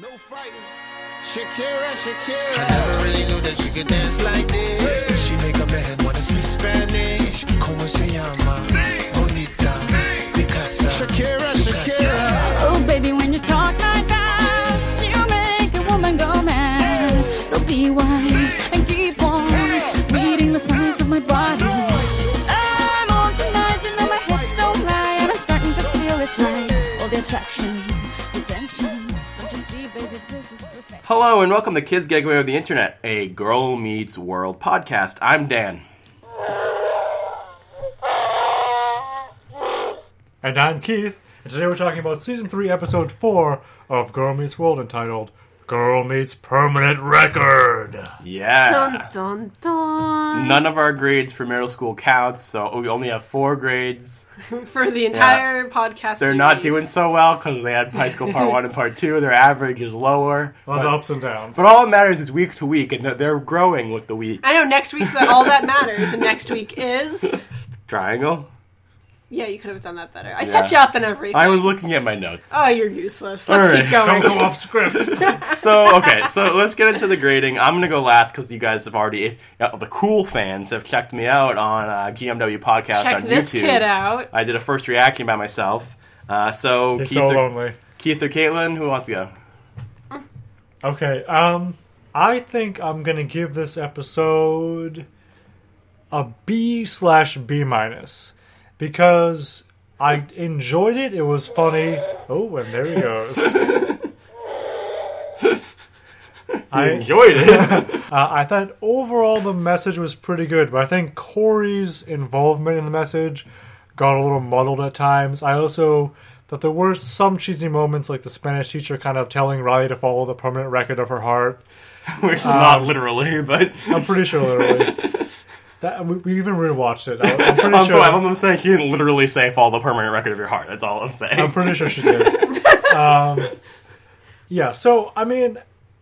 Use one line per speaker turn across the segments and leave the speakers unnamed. No fighting.
Shakira,
I
Shakira.
never really knew that she could dance like this. She make a man wanna speak Spanish. Como se llama? Bonita. De casa.
Shakira,
Su casa.
Shakira.
Oh, baby, when you talk like that, you make a woman go mad. So be wise and keep on reading the signs of my body. I'm on tonight, you know my hips don't lie, and I'm starting to feel it's right. All the attraction, the tension. Don't you see, baby, this is perfect.
Hello and welcome to Kids Gateway of the Internet, a Girl Meets World podcast. I'm Dan.
And I'm Keith, and today we're talking about season 3, episode 4 of Girl Meets World entitled Girl Meets Permanent Record.
Yeah.
Dun dun
None of our grades for middle school counts, so we only have four grades.
dun for the entire podcast.
They're not
series.
doing so well because they had high school part one and part two. Their average is lower.
On the
but,
ups and downs.
but all that matters is week to week, and that they're growing with the week.
I know next week's that all that matters, and next week is
Triangle.
yeah. You could have done that better. I
Yeah.
set you up and everything.
I was looking at my notes.
oh, you're useless.
All
Let's
right.
keep going.
Don't go off script.
so okay, so let's get into the grading. I'm gonna go last because you guys have already uh, the cool fans have checked me out on uh, GMW podcast
Check
on
this
YouTube.
kid out.
I did a first reaction by myself. Uh, so
You're
Keith,
so
or,
lonely.
Keith or Caitlin, who wants to go?
Okay, um, I think I'm gonna give this episode a B slash B minus because I enjoyed it. It was funny. Oh, and there he goes. I,
Enjoyed it.
Uh, I thought overall the message was pretty good, but I think Corey's involvement in the message got a little muddled at times. I also thought there were some cheesy moments, like the Spanish teacher kind of telling Riley to follow the permanent record of her heart.
Which is not literally, but
Um, I'm pretty sure literally. That, we, we even rewatched it. I, am pretty
I'm,
sure.
I'm almost saying she didn't literally say "follow the permanent record of your heart." That's all I'm saying.
I'm pretty sure she did. um, yeah, so I mean,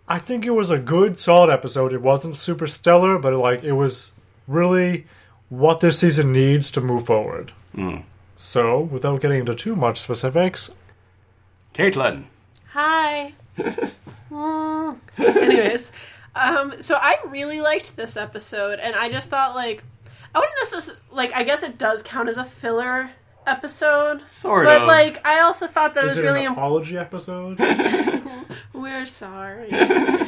I think it was a good, solid episode. It wasn't super stellar, but like it was really what this season needs to move forward.
Mm.
So, without getting into too much specifics,
Caitlin.
Hi. Mm. Anyways, um, so I really liked this episode, and I just thought like I wouldn't necessarily like. I guess it does count as a filler episode,
Sort
but
of.
like I also thought that it
is
was
it
really
an
important.
apology episode?
We're sorry.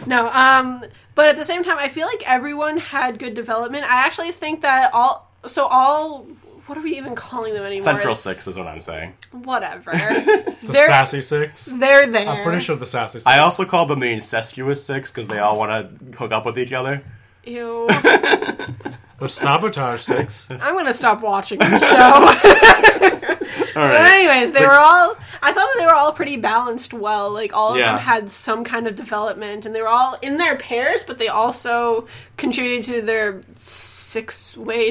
no, um, but at the same time, I feel like everyone had good development. I actually think that all, so all, what are we even calling them anymore?
Central Six is what I'm saying.
Whatever.
the
they're
sassy six.
they're there.
I'm pretty sure the sassy. Six.
I also call them the incestuous six because they all want to hook up with each other.
Ew.
the sabotage six.
I'm gonna stop watching the show.
All
but
right.
anyways, they were all. I thought that they were all pretty balanced. Well, like all of
Yeah.
them had some kind of development, and they were all in their pairs, but they also contributed to their six-way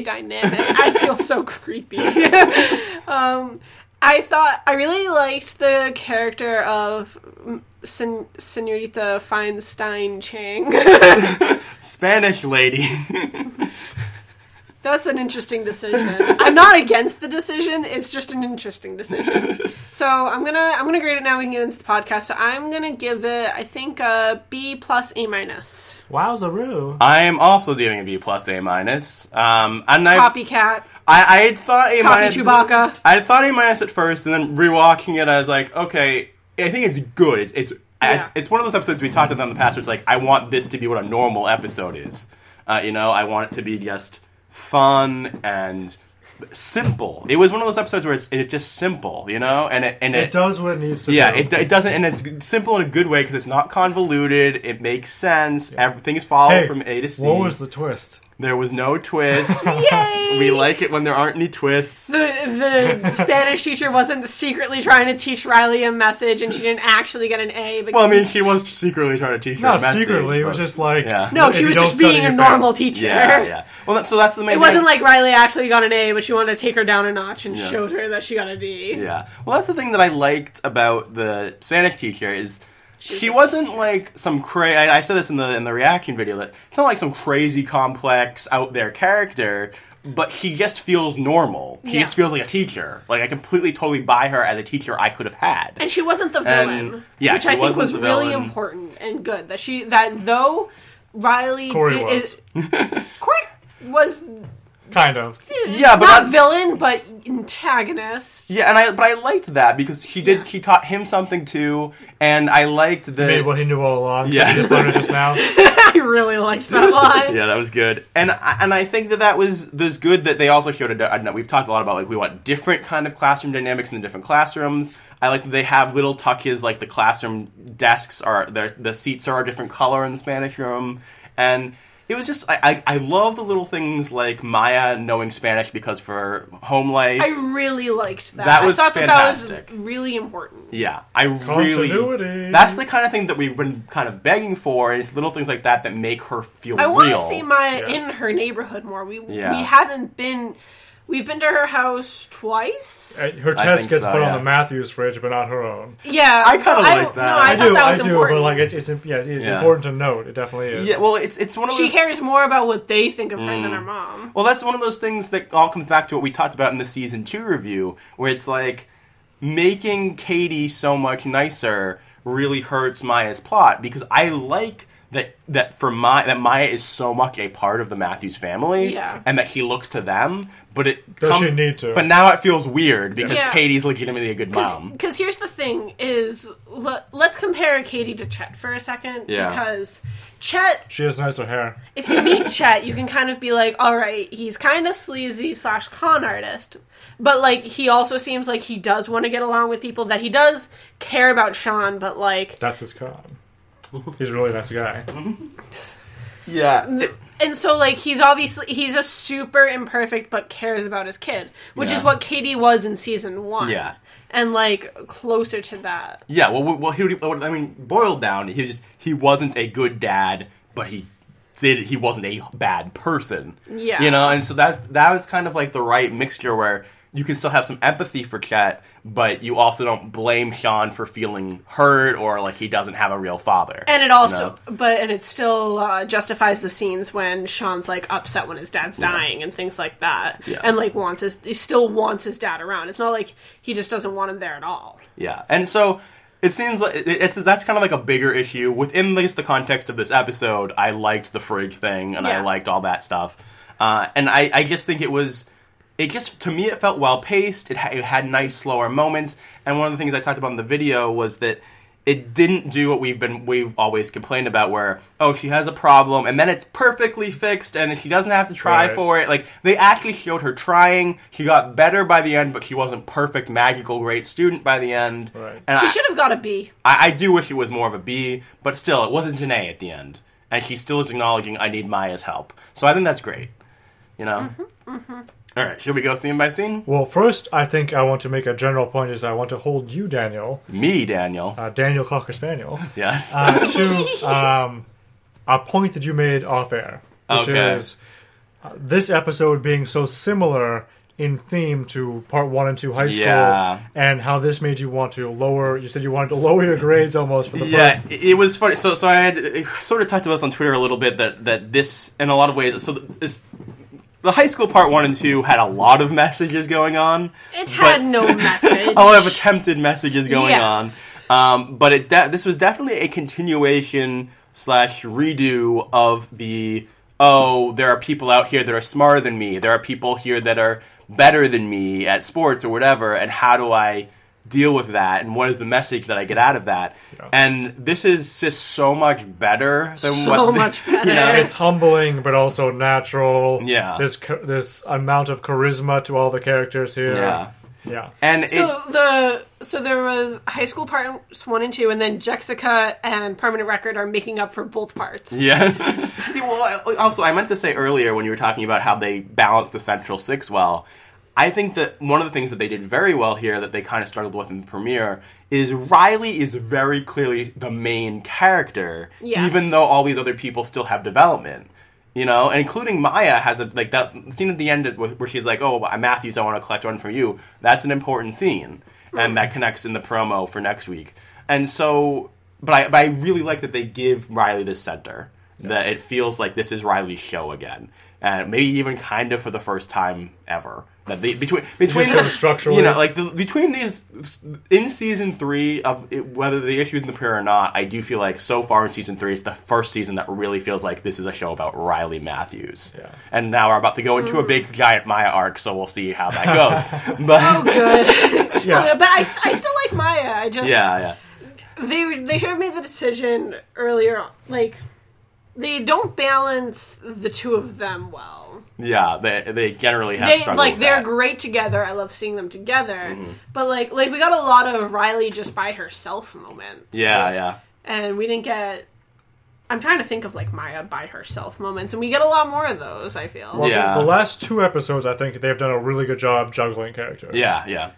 dynamic. I feel so creepy. um, I thought I really liked the character of. mm, Sen- Senorita Feinstein Chang.
Spanish lady.
That's an interesting decision. I'm not against the decision. It's just an interesting decision. So I'm gonna I'm gonna grade it now. We can get into the podcast. So I'm gonna give it I think a B plus A minus.
Wowzaroo!
I am also doing a B plus A minus. Um, and I,
Copycat.
I I had thought A
Copy
minus.
Chewbacca.
I had thought A minus at first, and then rewatching it, I was like, okay, I think it's good. It's it's it's, it's one of those episodes we talked about in the past. Where it's like I want this to be what a normal episode is. Uh, you know, I want it to be just fun and simple. It was one of those episodes where it's it's just simple. You know, and it and
It does what it needs to.
Yeah,
do.
it, it doesn't, and it's g- simple in a good way because it's not convoluted. It makes sense. Everything is followed
Hey,
from A to C.
What was the twist?
there was no twist. we like it when there aren't any twists.
The, the Spanish teacher wasn't secretly trying to teach Riley a message, and she didn't actually get an A. But
Well, I mean, she was secretly trying to teach her a
Not
message,
secretly. It
but-
was just like
Yeah.
no,
if
she
you
was
don't
just
study,
being a
you're
normal teacher.
yeah, yeah. Well, that, so that's the main.
It
thing.
wasn't like Riley actually got an A, but she wanted to take her down a notch and
Yeah.
showed her that she got a D.
Yeah. Well, that's the thing that I liked about the Spanish teacher is she wasn't like some crazy. I, I said this in the in the reaction video that it's not like some crazy complex out there character, but she just feels normal. She
Yeah.
just feels like a teacher. Like I completely totally buy her as a teacher I could have had.
and she wasn't the villain,
yeah,
which
she
I think
wasn't
was
the
really
villain.
important and good. That she that though Riley
Corey
did,
was.
is- Corey was
Kind of.
Yeah, but
not
I-
villain, but antagonist.
yeah, and I but I liked that because she did
Yeah.
she taught him something too, and I liked the
Made what he knew all along. Yeah.
Yeah.
He just learned it just now.
I really liked that line.
yeah, that was good, and I, and I think that that was there's good that they also showed. A, I don't know, we've talked a lot about like we want different kind of classroom dynamics in the different classrooms. I like that they have little touches like the classroom desks are the the seats are a different color in the Spanish room, and it was just I I, I love the little things like Maya knowing Spanish because for her home life.
I really liked that.
That was
I thought that
fantastic.
that was really important.
yeah, I really
Continuity.
that's the kind of thing that we've been kind of begging for. Is little things like that that make her feel
I want to
real.
see Maya
Yeah.
in her neighborhood more. We
Yeah.
we haven't been. We've been to her house twice.
And Her
I
test
think
gets
so,
put
yeah.
on the Matthews fridge, but not her own.
yeah,
I kinda
I-
like that.
No, I,
I
thought
do,
that was
I do,
important.
but like it's, it's yeah, it's
Yeah.
important to note. It definitely is.
yeah, well, it's it's one of
she
those.
cares more about what they think of her
Mm.
than her mom.
Well, that's one of those things that all comes back to what we talked about in the season two review, where it's like making Katie so much nicer really hurts Maya's plot because I like that that for Maya that Maya is so much a part of the Matthews family,
Yeah.
and that she looks to them, but it
Does
come-
she need to?
But now it feels weird because
Yeah.
Katie's legitimately a good mom.
Because here's the thing: is le- let's compare Katie to Chet for a second.
Yeah.
Because Chet
She has nicer hair.
if you meet Chet, you can kind of be like, all right, he's kind of sleazy slash con artist, but like he also seems like he does want to get along with people. That he does care about Sean, but like,
That's his con. He's a really nice guy.
Yeah,
and so like he's obviously he's a super imperfect, but cares about his kid, which
Yeah.
is what Katie was in season one.
Yeah.
and like closer to that.
Yeah, well, well, he, well, I mean, boiled down, he was just, he wasn't a good dad, but he did he wasn't a bad person.
Yeah.
you know, and so that's that was kind of like the right mixture where you can still have some empathy for Chet, but you also don't blame Sean for feeling hurt or like he doesn't have a real father.
And it
you know?
also, but and it still uh, justifies the scenes when Sean's like upset when his dad's dying and things like that,
Yeah.
and like wants his, he still wants his dad around. It's not like he just doesn't want him there at all.
Yeah, and so it seems like it- it's that's kind of like a bigger issue within just the context of this episode. I liked the fridge thing, and
Yeah.
I liked all that stuff, uh, and I I just think it was. It just to me it felt well paced. It, ha- it had nice slower moments, and one of the things I talked about in the video was that it didn't do what we've been we've always complained about, where oh she has a problem and then it's perfectly fixed and she doesn't have to try
Right.
for for it. Like they actually showed her trying. She got better by the end, but she wasn't perfect, magical, great student by the end.
Right.
And
She
I,
should have got a B.
I, I do wish it was more of a B, but still, it wasn't Janae at the end, and she still is acknowledging I need Maya's help. So I think that's great. You know.
Mm-hmm,
All right, should we go scene by scene?
Well, first, I think I want to make a general point is I want to hold you, Daniel,
Me, Daniel.
uh, Daniel Cocker Spaniel,
yes.
uh, to um, a point that you made off air, which
Okay.
is uh, this episode being so similar in theme to part one and two high school,
Yeah.
and how this made you want to lower. You said you wanted to lower your grades almost for the
yeah,
first.
it it was funny. So, so I had I sort of talked to us on Twitter a little bit that that this, in a lot of ways, so th- this, the high school part one and two had a lot of messages going on.
It had
But-
no message.
a lot of attempted messages going
Yes.
on. Um, but it de- this was definitely a continuation slash redo of the oh, there are people out here that are smarter than me. There are people here that are better than me at sports or whatever. And how do I deal with that? And what is the message that I get out of that? And this is just so much better than
So
what
much
you know,
better.
It's humbling, but also natural.
Yeah.
This this amount of charisma to all the characters here.
yeah.
Yeah.
And it,
so the so there was high school parts one and two, and then Jexica and Permanent Record are making up for both parts.
Yeah. well, I- also, I meant to say earlier when you were talking about how they balanced the Central Six well, I think that one of the things that they did very well here that they kind of struggled with in the premiere is Riley is very clearly the main character,
Yes.
even though all these other people still have development. You know, and including Maya has a like that scene at the end of- where she's like, "Oh, Matthews, I want to collect one for you." That's an important scene, and that connects in the promo for next week. And so, but I but I really like that they give Riley this center. That it feels like this is Riley's show again, and maybe even kind of for the first time ever. That they, between between
sort of structurally-
you know, like the, between these in season three of it, whether the issue is in the prayer or not, I do feel like so far in season three, it's the first season that really feels like this is a show about Riley Matthews.
Yeah.
And now we're about to go into a
Mm.
big giant Maya arc, so we'll see how that goes. but
Oh, good.
Yeah.
but I, I still like Maya. I just
yeah, yeah.
they they should have made the decision earlier. Like they don't balance the two of them well.
Yeah, they they generally have
They
struggled
like
with
they're
that. Mm-hmm.
great together. I love seeing them together. But like like we got a lot of Riley just by herself moments.
Yeah, yeah.
and we didn't get. I'm trying to think of like Maya by herself moments, and we get a lot more of those. I feel.
Well, the-
Yeah.
The last two episodes, I think they've done a really good job juggling characters.
Yeah, yeah.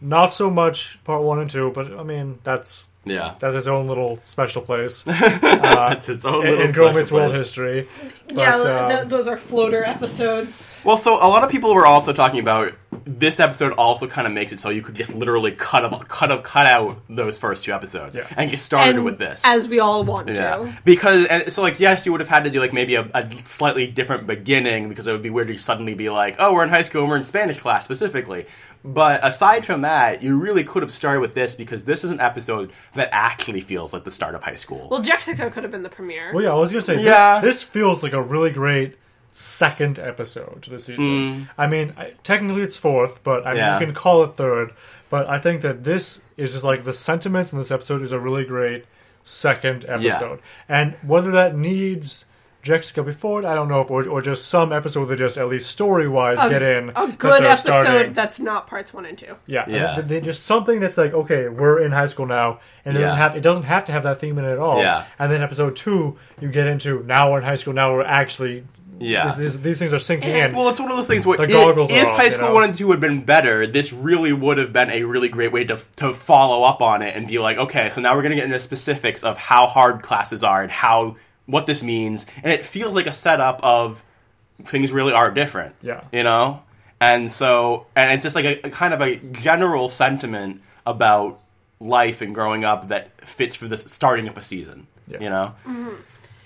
Not so much part one and two, but I mean that's
Yeah.
that's its own little special place
That's its own
in,
little
in
special
Gomez world
place.
history.
yeah,
But,
th-
uh,
th- those are floater episodes.
Well, so a lot of people were also talking about this episode. Also, kind of makes it so you could just literally cut up, cut up, cut out those first two episodes
Yeah.
and get started
And
with this.
as we all want
yeah,
to.
because and so like yes, you would have had to do like maybe a, a slightly different beginning because it would be weird to suddenly be like, oh, we're in high school, and we're in Spanish class specifically. But aside from that, you really could have started with this because this is an episode that actually feels like the start of high school.
Well, Jexico could have been the premiere.
Well, yeah, I was gonna say,
Yeah.
this, this feels like a really great second episode to the season. I mean, I, technically it's fourth, but I mean,
Mm. Yeah.
you can call it third. But I think that this is just like the sentiments in this episode is a really great second episode. And whether that needs Jessica before it, I don't know, if, or, or just some episode that just at least story wise get in
a
that
good
they're
episode
starting.
that's not parts one and two.
Yeah,
Yeah.
yeah. They, they just something that's like, okay, we're in high school now, and it
Yeah.
doesn't have it doesn't have to have that theme in it at all.
Yeah.
And then episode two, you get into now we're in high school, now we're actually
Yeah.
these, these, these things are sinking in.
Well, it's one of those things where
The
i-
goggles
if
are off,
High
you
School
know?
One and Two had been better, this really would have been a really great way to to follow up on it and be like, okay, so now we're gonna get into specifics of how hard classes are and how what this means, and it feels like a setup of things really are different.
Yeah.
you know, and so and it's just like a, a kind of a general sentiment about life and growing up that fits for this starting up a season.
Yeah.
You know,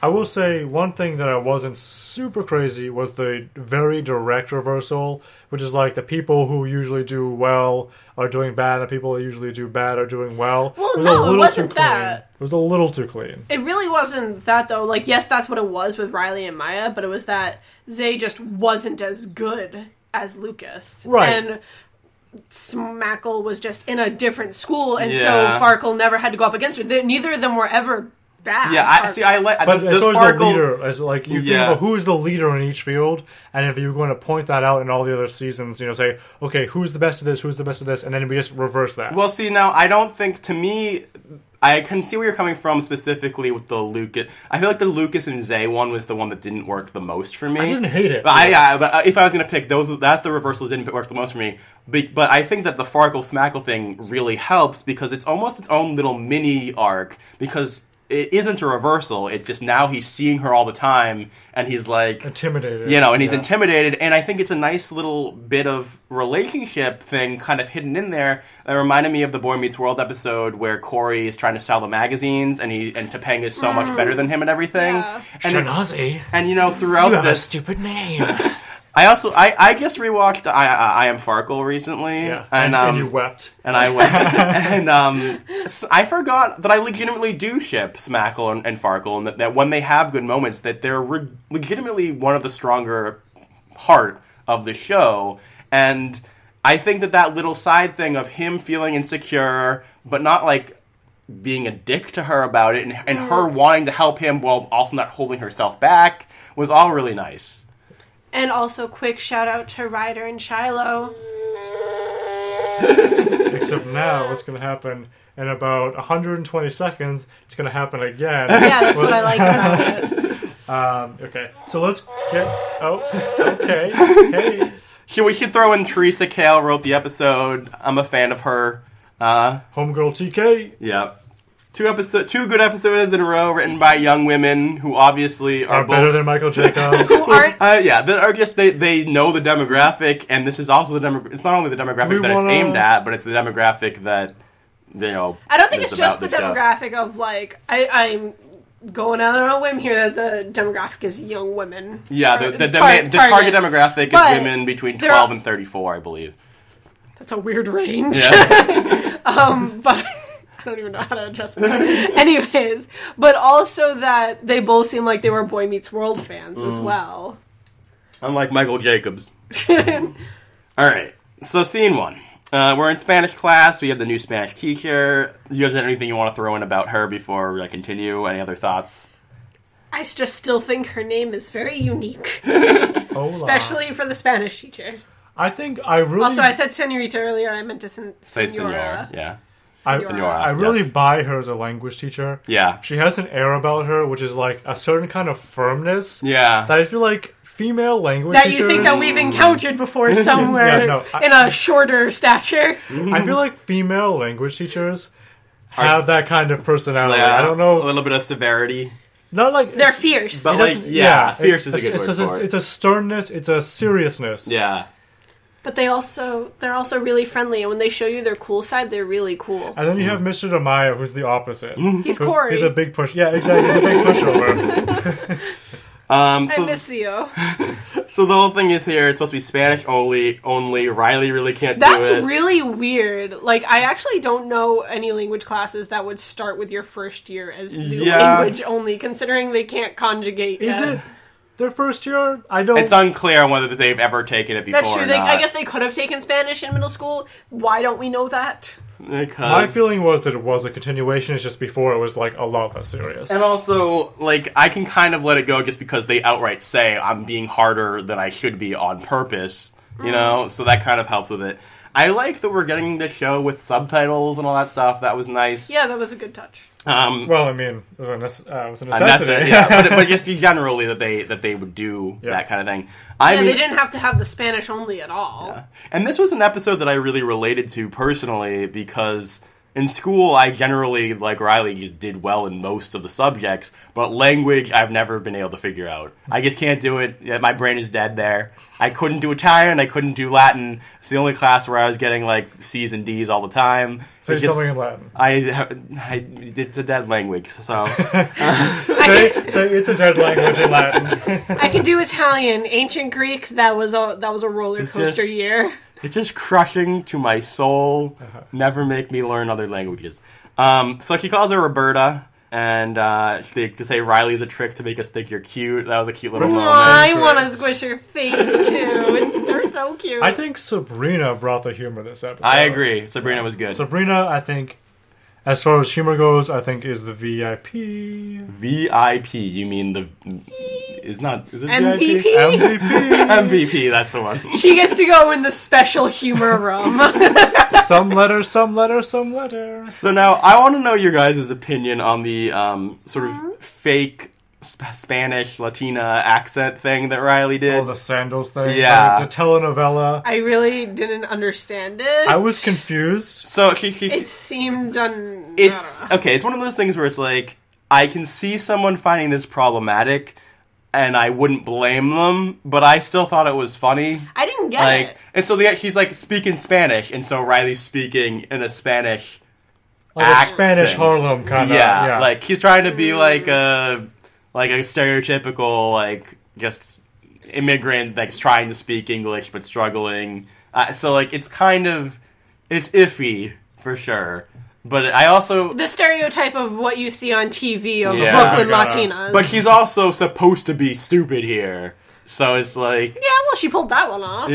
I will say one thing that I wasn't super crazy was the very direct reversal, which is like the people who usually do well are doing bad, and the people who usually do bad are doing well.
Well,
was
no,
a
it
little
wasn't
too
that.
Clean. It was a little too clean.
It really wasn't that though. Like, yes, that's what it was with Riley and Maya, but it was that Zay just wasn't as good as Lucas,
Right.
And Smackle was just in a different school, and
Yeah.
so Farkle never had to go up against her. They, neither of them were ever bad.
yeah. I
Farkle-
see. I like.
But
the,
as
the
far as the
Farkle-
leader, as like
Yeah.
you think about who is the leader in each field, and if you're going to point that out in all the other seasons, you know, say, okay, who's the best of this, who's the best of this, and then we just reverse that.
Well, see, now I don't think to me, I can see where you're coming from specifically with the Lucas. I feel like the Lucas and Zay one was the one that didn't work the most for me.
I didn't hate it.
But I, yeah, but uh, if I was gonna pick those, that's the reversal that didn't work the most for me. But, but I think that the Farkle Smackle thing really helps because it's almost its own little mini arc because. It isn't a reversal. It's just now he's seeing her all the time, and he's like,
intimidated.
you know, and he's
Yeah.
intimidated. And I think it's a nice little bit of relationship thing kind of hidden in there. That reminded me of the Boy Meets World episode where Corey is trying to sell the magazines, and he and Topanga is so much better than him and everything.
Yeah.
And, it-
Shanazi,
and you know, throughout this,
stupid name.
I also I, I just rewatched I, I I Am Farkle recently,
yeah,
and,
and, and
um,
you wept.
and I went and um, s- I forgot that I legitimately do ship Smackle and, and Farkle, and that, that when they have good moments, that they're re- legitimately one of the stronger part of the show, and I think that that little side thing of him feeling insecure, but not like being a dick to her about it, and, and her wanting to help him while also not holding herself back, was all really nice.
and also quick shout out to Ryder and Shiloh.
Except now, what's going to happen in about 120 seconds? It's going to happen again.
Yeah, that's what I like about it.
Okay, so let's get. Oh, okay, hey.
Should we should throw in Teresa Kale wrote the episode. I'm a fan of her. Uh,
Homegirl TK.
Yeah. Two episode, two good episodes in a row, written by young women who obviously are,
Are
both.
better than Michael Jacobs.
Who aren't
uh, yeah, that are just they, they know the demographic, and this is also the demographic. It's not only the demographic
We
that it's
wanna-
aimed at, but it's the demographic that you know.
I don't think
is
it's just the
about show.
demographic of like I, I'm going out on a whim here that the demographic is young women.
Yeah,
Or
the, the, the,
tar-
ma- the target demographic
But
is women between
there are-
12 and 34, I believe.
That's a weird range. um,
Yeah.
but I don't even know how to address that. Anyways, but also that they both seem like they were Boy Meets World fans
Mm.
as well.
Unlike Michael Jacobs. All right. So, scene one. Uh, we're in Spanish class. We have the new Spanish teacher. You guys have anything you want to throw in about her before I continue? Any other thoughts?
I s- just still think her name is very unique,
Hola.
especially for the Spanish teacher.
I think I really,
Also, I said senorita earlier. I meant to sen-
Say
senora.
senor. Yeah.
I,
Senora.
I really
Yes.
buy her as a language teacher.
Yeah.
She has an air about her, which is like a certain kind of firmness
Yeah.
that I feel like female language
That
teachers.
you think that we've encountered before somewhere
Yeah, no, I-
in a shorter stature.
I feel like female language teachers have
s- Oh,
that kind of personality.
Yeah,
I don't
A
know,
little bit of severity.
not like
They're fierce.
But,
it
like,
doesn't-
yeah, fierce is a
it's-
good
it's,
word
it's,
for
it's,
it.
a sternness. It's a seriousness.
Yeah.
but they also they're also really friendly, and when they show you their cool side, they're really cool.
And then
Mm.
you have Mr. Demaya, who's the opposite.
Mm-hmm.
Who's-
He's Corey.
He's a big push. Yeah, exactly. He's a big pushover.
Um,
I
so,
miss you.
so the whole thing is here. It's supposed to be Spanish only. Only Riley really can't
That's
do it.
really weird. Like, I actually don't know any language classes that would start with your first year as new
Yeah.
language only, considering they can't conjugate.
Is
yet.
it their first year? I don't.
It's unclear whether they've ever taken it before.
That's
Or
true. They,
not.
I guess they could have taken Spanish in middle school. Why don't we know that?
Because
My feeling was that it was a continuation. It's just before it was like a lot less serious.
And also, like, I can kind of let it go just because they outright say I'm being harder than I should be on purpose,
Mm.
you know? So that kind of helps with it. I like that we're getting the show with subtitles and all that stuff. That was nice.
Yeah, that was a good touch.
Um,
well, I mean, it was a, nec- uh, it was a
and that's
necessity.
it, yeah. but, but just generally that they that they would do
Yeah.
that kind of thing. I
Yeah,
mean,
they didn't have to have the Spanish only at all.
And this was an episode that I really related to personally because in school I generally, like Riley, just did well in most of the subjects, but language I've never been able to figure out. I just can't do it. Yeah, My brain is dead there. I couldn't do Italian. I couldn't do Latin. It's the only class where I was getting like C's and D's all the time.
Say
It just-
something in Latin.
I, have- I it's a dead language, so
Say, say it's a dead language in Latin.
I could do Italian, ancient Greek. That was a that was a roller
It's
coaster
just-
year.
It's just crushing to my soul. Never make me learn other languages. Um, so she calls her Roberta, and uh, they say Riley's a trick to make us think you're cute. That was a cute little
Aw,
moment.
I want to squish your face too. They're so cute.
I think Sabrina brought the humor this episode.
I agree. Sabrina was good.
Sabrina, I think, as far as humor goes, I think is the VIP.
VIP. You mean the? Is not. Is it
MVP?
VIP?
MVP.
MVP. That's the one.
She gets to go in the special humor room.
some letter, some letter, some letter.
So now I want to know your guys' opinion on the um, sort of fake sp- Spanish Latina accent thing that Riley did.
All the sandals thing.
Yeah.
The telenovela.
I really didn't understand it.
I was confused.
so she, she,
It seemed un.
it's
I
okay. It's one of those things where it's like I can see someone finding this problematic, and I wouldn't blame them, but I still thought it was funny.
don't know. I didn't get
Like,
it.
and so the, she's like speaking Spanish, and so Riley's speaking in a Spanish
Like a
accent.
Spanish Harlem kind of.
yeah,
Yeah,
like he's trying to
Mm.
be like a like a stereotypical like just immigrant that's trying to speak English but struggling. Uh, so like it's kind of it's iffy for sure. But I also
The stereotype of what you see on TV of
Yeah.
Brooklyn
Oh my God.
Latinas.
But she's also supposed to be stupid here. So it's like,
Yeah, well, she pulled that one off.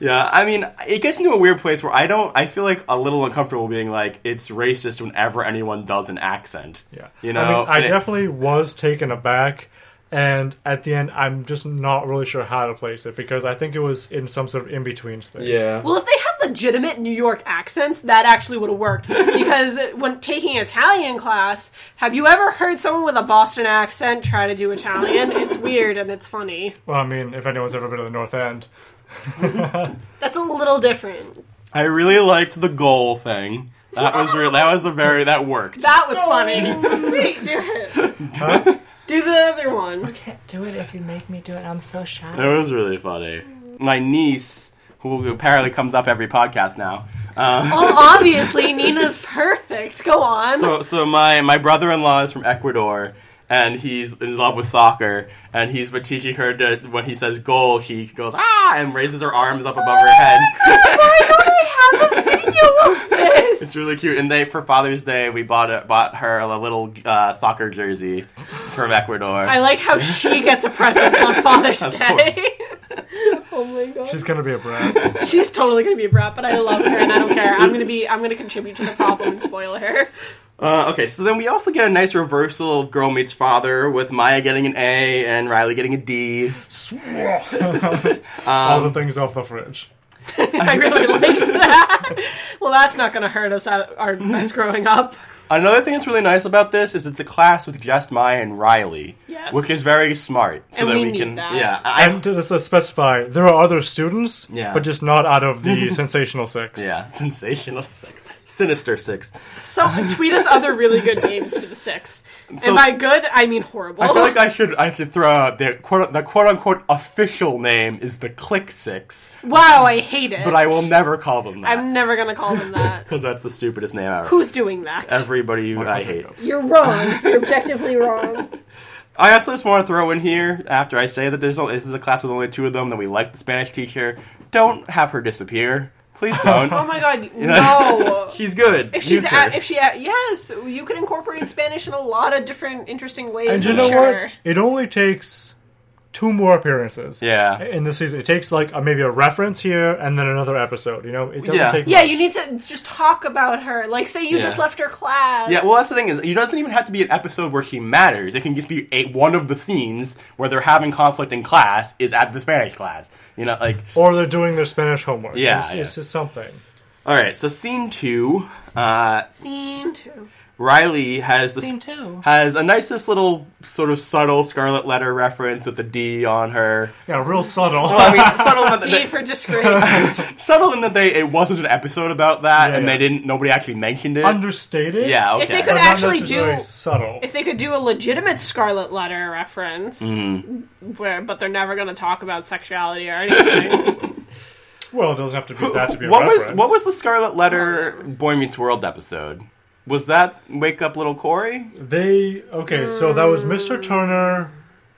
yeah, I mean, it gets into a weird place where I don't, I feel like a little uncomfortable being like, it's racist whenever anyone does an accent.
Yeah.
You
I,
know?
mean, I
And it-
definitely was taken aback. And at the end, I'm just not really sure how to place it because I think it was in some sort of in between space.
Well, if they had legitimate New York accents, that actually would have worked. Because when taking Italian class, have you ever heard someone with a Boston accent try to do Italian? It's weird and it's funny.
Well, I mean, if anyone's ever been to the North End,
That's a little different.
I really liked the goal thing. That was real. That was a very, that worked.
That was funny. Wait, do it. Do the other one.
can't do it if you make me do it. I'm so shy.
That was really funny. My niece who apparently comes up every podcast now. Uh,
Well, obviously, Nina's perfect. Go on.
so, so my, my brother-in-law is from Ecuador, and he's in love with soccer, and he's been teaching her to, when he says goal, she goes, ah, and raises her arms up above her head.
Oh I have a video of this.
It's really cute. And they, for Father's Day, we bought, a, bought her a little uh, soccer jersey from Ecuador.
I like how she gets a present on Father's
Of
Day.
course.
oh my god.
She's gonna be a brat.
She's totally gonna be a brat, but I love her and I don't care. I'm gonna be I'm gonna contribute to the problem and spoil her.
Uh, okay, so then we also get a nice reversal of Girl Meets Father with Maya getting an A and Riley getting a D.
All
Um,
the things off the fridge.
I really liked that. Well, that's not gonna hurt us out, our, us growing up.
Another thing that's really nice about this is it's a class with just Maya and Riley,
Yes.
which is very smart. So
And
that
we
we,
need
can,
that.
yeah, I,
And to let's let's specify, there are other students,
Yeah.
but just not out of the sensational six.
yeah, sensational six, sinister six.
So tweet us other really good names for the six.
So-
and by good, I mean horrible.
I feel like I should I should throw out the quote the quote unquote official name is the Click Six,
wow, I hate it.
but I will never call them
I'm
that
never gonna call them that.
because that's the stupidest name ever.
Who's doing that?
Everybody I hate.
You're wrong. You're objectively wrong.
I also just want to throw in here after I say that there's only, this is a class with only two of them that we like the Spanish teacher. Don't have her disappear, please don't.
Oh my god, no.
she's good.
If she's
Use her.
at, if she at, yes, you can incorporate Spanish in a lot of different interesting ways.
And you
I'm
know
sure.
what? It only takes two more appearances.
yeah,
In the season, it takes like a, maybe a reference here and then another episode. You know, it doesn't
Yeah.
take.
Yeah,
much.
you need to just talk about her. Like, say you just
Yeah.
left her class.
yeah. Well, that's the thing is, it doesn't even have to be an episode where she matters. It can just be a, one of the scenes where they're having conflict in class is at the Spanish class. You know, like
or they're doing their Spanish homework.
Yeah,
it's,
yeah.
it's just something.
all right. So scene two, uh,
Scene two.
Riley has the
Scene two.
has a nicest little sort of subtle Scarlet Letter reference with the D on her.
Yeah, real subtle.
I mean, subtle in that-
D for disgrace.
subtle in that they it wasn't an episode about that,
Yeah,
and
yeah.
they didn't. Nobody actually mentioned it.
Understated.
yeah, okay.
If they
but
could
not
actually
necessarily
do-
subtle.
if they could do a legitimate Scarlet Letter reference,
Mm-hmm.
where but they're never going to talk about sexuality or anything.
well, it doesn't have to be that to be a
what was
reference.
what was the Scarlet Letter Boy Meets World episode? Was that Wake Up Little Corey?
They okay, so that was
Mm.
Mr. Turner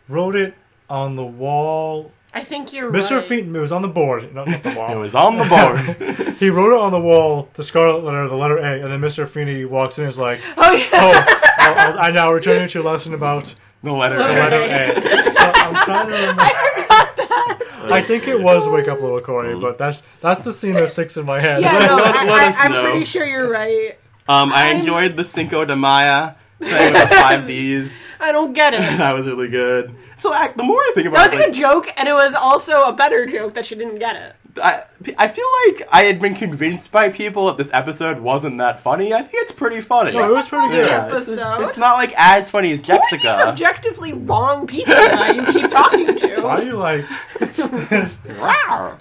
wrote it on the wall.
I think you're
Mr.
right.
Featon it was on the board, not, not the wall.
It was on the board.
he wrote it on the wall, the scarlet letter, the letter A, and then Mr. Feeney walks in and is like,
Oh yeah.
"Oh, I, I now return you to your lesson about
the letter.
the
A.
letter A." So I'm trying to remember. I forgot that. I think it was "Wake Up, Little
Mm-hmm.
Corey," but that's that's the scene that sticks in my head.
Yeah, no,
Let-
I,
let
I,
us
I'm
know.
pretty sure you're right.
Um, I enjoyed the Cinco de Mayo thing with the five Ds.
I don't get it.
That was really good. So I, the more I think
That
about
was
it,
a
like,
good joke, and it was also a better joke that she didn't get it.
I, I feel like I had been convinced by people that this episode wasn't that funny. I think it's pretty funny.
No, it was pretty good.
Yeah, it's,
Episode.
it's not like as funny as
Who are these
Jessica.
objectively wrong people that you keep talking
Why are
to?
you like
Rawr.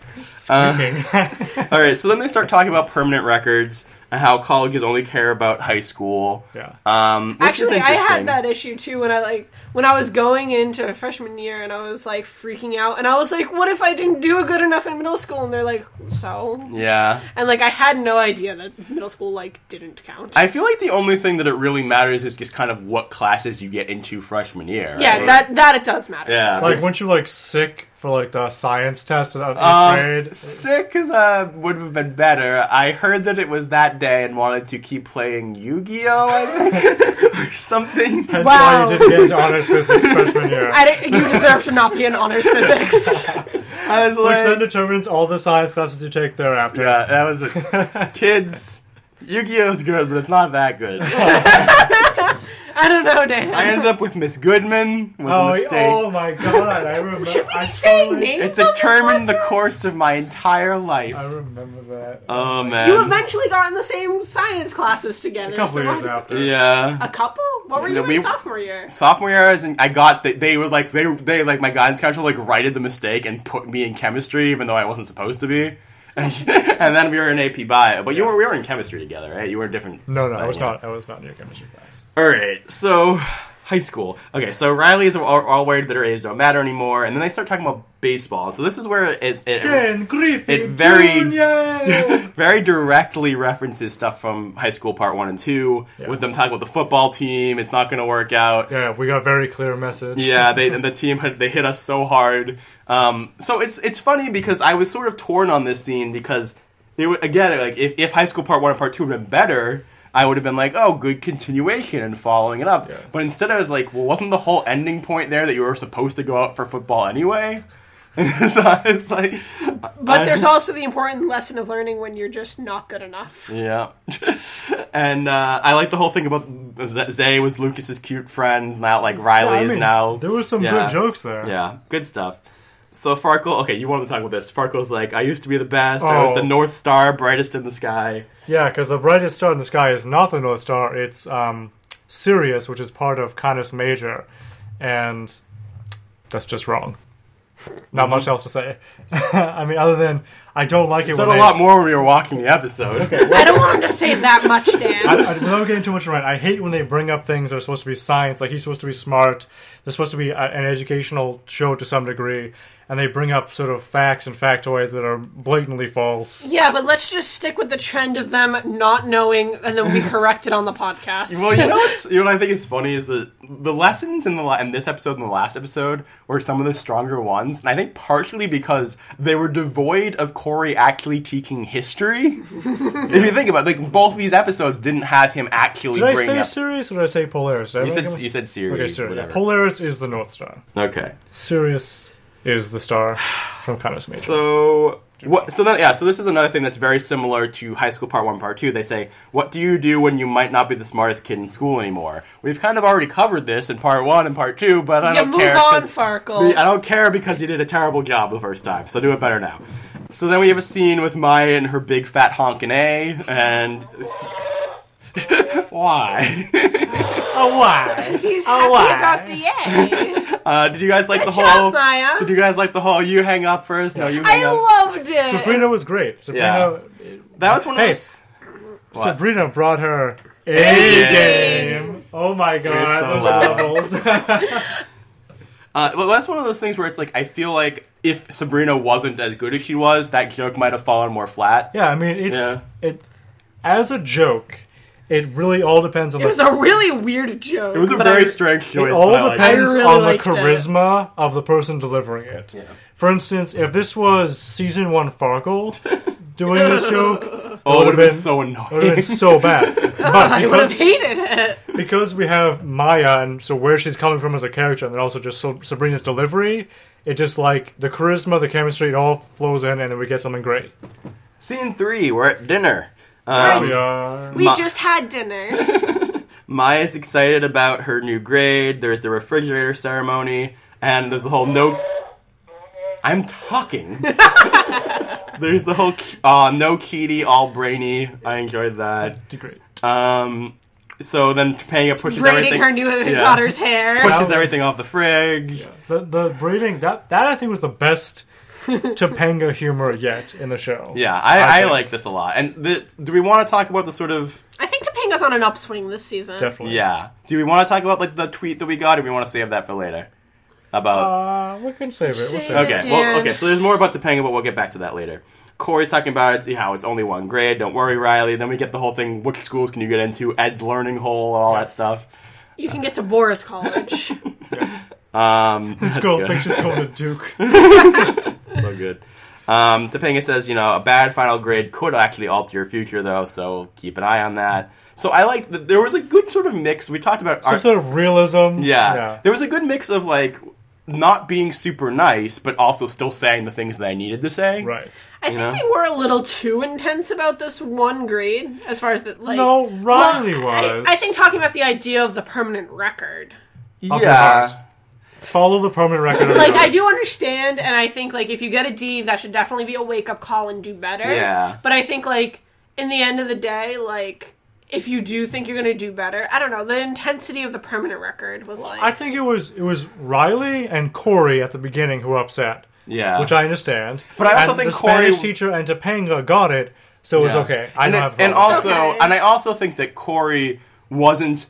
Uh, All right, so then they start talking about permanent records and how colleges only care about high school.
Yeah.
Um, which is
Actually, I
interesting.
had that issue too when I like when I was going into freshman year, and I was like freaking out, and I was like, "What if I didn't do good enough in middle school?" And they're like, "So,"
Yeah.
and like I had no idea that middle school like didn't count.
I feel like the only thing that it really matters is just kind of what classes you get into freshman year. right?
yeah, that that it does matter.
Yeah.
like weren't you like sick for like the science test uh, in eighth
um,
grade?
sick as uh, would have been better. I heard that it was that day and wanted to keep playing Yu-Gi-Oh. I think, or something.
That's
Wow.
why you didn't get into honors physics freshman year.
I don't- you deserve to not be in honors physics.
I was
Which then
like,
determines all the science classes you take thereafter.
yeah, that was it. kids. Yu-Gi-Oh's good, but it's not that good.
I don't know, Dan.
I ended up with Miss Goodman. Was
Oh,
a
y-
mistake.
oh my god, I remember.
Should we
I
be saying
totally-
names?
It
on this
determined the
podcast?
course of my entire life.
I remember that.
Oh man.
You eventually got in the same science classes together.
a couple
so why
years
does-
after.
yeah.
A couple? What were
Yeah,
you
we-
in sophomore year?
Sophomore year, I was in, I got they, they were like they they like my guidance counselor like righted the mistake and put me in chemistry even though I wasn't supposed to be, and, then we were in AP Bio. But you were we were in chemistry together, right? You were in different.
No, no, I was
yeah.
not. I was not in your chemistry class.
All right, so high school. Okay, so Riley's are all, all worried that her age don't matter anymore, and then they start talking about baseball. So this is where it, it
Ken Griffey
It very-
Jr..
very directly references stuff from High School Part One and Two, with them talking about the football team. It's not going to work out.
yeah, we got very clear message.
Yeah, they and the team had, they hit us so hard. Um, so it's it's funny because I was sort of torn on this scene because it wa- again like if, if High School Part One and Part Two had been better, I would have been like, oh, good continuation and following it up.
Yeah.
But instead, I was like, well, wasn't the whole ending point there that you were supposed to go out for football anyway? so I was like,
But
I-
there's also the important lesson of learning when you're just not good enough.
Yeah, and uh, I like the whole thing about Z- Zay was Lucas's cute friend. Now, like
Yeah,
Riley
I
is
mean,
now.
There were some
Yeah.
good jokes there.
Yeah, good stuff. So Farkle, okay, you wanted to talk about this. Farkle's like, I used to be the best. I was
Oh.
the North Star, brightest in the sky.
Yeah, because the brightest star in the sky is not the North Star. It's um, Sirius, which is part of Canis Major, and that's just wrong. Not much else to say. I mean, other than I don't like it.
Mm-hmm. Said
when
a
they-
lot more when we were walking the episode.
I don't want him to say that much, Dan.
I, without getting too much around, I hate when they bring up things that are supposed to be science. Like he's supposed to be smart. They're supposed to be a, an educational show to some degree, and they bring up sort of facts and factoids that are blatantly false.
Yeah, but let's just stick with the trend of them not knowing, and then we correct it on the podcast.
Well, you know what's you know what I think is funny is that the lessons in the la- in this episode and the last episode were some of the stronger ones, and I think partially because they were devoid of Corey actually teaching history. if you think about, it, like both these episodes didn't have him actually
Did I
bring
say
up.
Sirius or did I say Polaris? Did I
you said
make a-
you said Siri.
Okay, Sirius.
whatever.
Polaris is the North Star.
okay.
Sirius is the star from Connors Major.
So what? So then, yeah. So this is another thing that's very similar to High School Part One, Part Two. They say, "What do you do when you might not be the smartest kid in school anymore?" We've kind of already covered this in Part One and Part Two, but I
You
don't
move
care.
on,
'cause-
Farkle.
I don't care because you did a terrible job the first time, so do it better now. So then we have a scene with Maya and her big fat honkin' A, and why?
oh, why?
He's
Oh, why?
happy about the A.
Uh, did you guys like the
Good
whole?
job, Maya.
Did you guys like the whole? You hang up first. No, you. Hang
I
up.
loved it.
Sabrina was great. Sabrina,
that was one of
Hey.
those. What?
Sabrina brought her A
game.
game. Oh my
so
god,
loud.
those are levels.
Uh, well, that's one of those things where it's like I feel like if Sabrina wasn't as good as she was, that joke might have fallen more flat.
yeah, I mean, it's
Yeah.
it as a joke. It really all depends on
It was
the.
a really weird joke.
It was a
but
very
I-
strange
it
choice.
all
but I liked
depends
I really
on the
liked it.
charisma of the person delivering it. For instance, if this was season one Farkle doing this joke, it
it. Oh, it
would've
would have been
been-
so
would have
annoying.
been so bad. But
I would have
because
hated it.
because we have Maya and so where she's coming from as a character, and then also just Sab- Sabrina's delivery, it just like the charisma, the chemistry, it all flows in, and then we get something great.
Scene three, we're at dinner.
We
Um,
are
We
Ma-
just had dinner.
Maya's excited about her new grade. There's the refrigerator ceremony, and there's the whole no. I'm talking. there's the whole uh, no kitty, all brainy. I enjoyed that.
great.
Um, so then Topanga pushes
Braiding
everything.
her new
Yeah.
daughter's hair.
pushes everything off the fridge.
The the braiding that that I think was the best Topanga humor yet in the show.
Yeah, I, I,
think.
like this a lot. And th- do we want to talk about the sort of
I think Topanga's on an upswing this season.
definitely.
yeah? Do we want to talk about like the tweet that we got, or we want to save that for later? About
Uh, we can save it. We'll save it.
okay,
Dan.
well, okay. So there's more about Topanga, but we'll get back to that later. Corey's talking about it, how it's only one grade. Don't worry, Riley. Then we get the whole thing: which schools can you get into? Ed's learning hole and all that stuff.
You can get to Boris College.
Um, that's
This girl's
good.
picture's going to Duke.
so good. Um, Topanga says, you know, a bad final grade could actually alter your future, though. So keep an eye on that. So I like that there was a good sort of mix. We talked about
Some
art-
sort of realism.
Yeah. There was a good mix of like not being super nice, but also still saying the things that I needed to say.
Right.
I think
know?
they were a little too intense about this one grade, as far as the like.
No, Riley
I,
was.
I think talking about the idea of the permanent record.
Up in heart.
Yeah.
Follow the permanent record. of
Like
the-
I do understand, and I think like if you get a D, that should definitely be a wake up call and do better.
Yeah.
But I think like in the end of the day, like if you do think you're gonna do better, I don't know. The intensity of the permanent record was like.
I think it was it was Riley and Corey at the beginning who were upset,
Yeah.
which I understand. But
I also
and
think
the
Corey-
Spanish teacher and Topanga got it, so it was
Yeah.
okay. I
and,
don't
it-
have a
and
problem.
also
Okay.
and I also think that Corey wasn't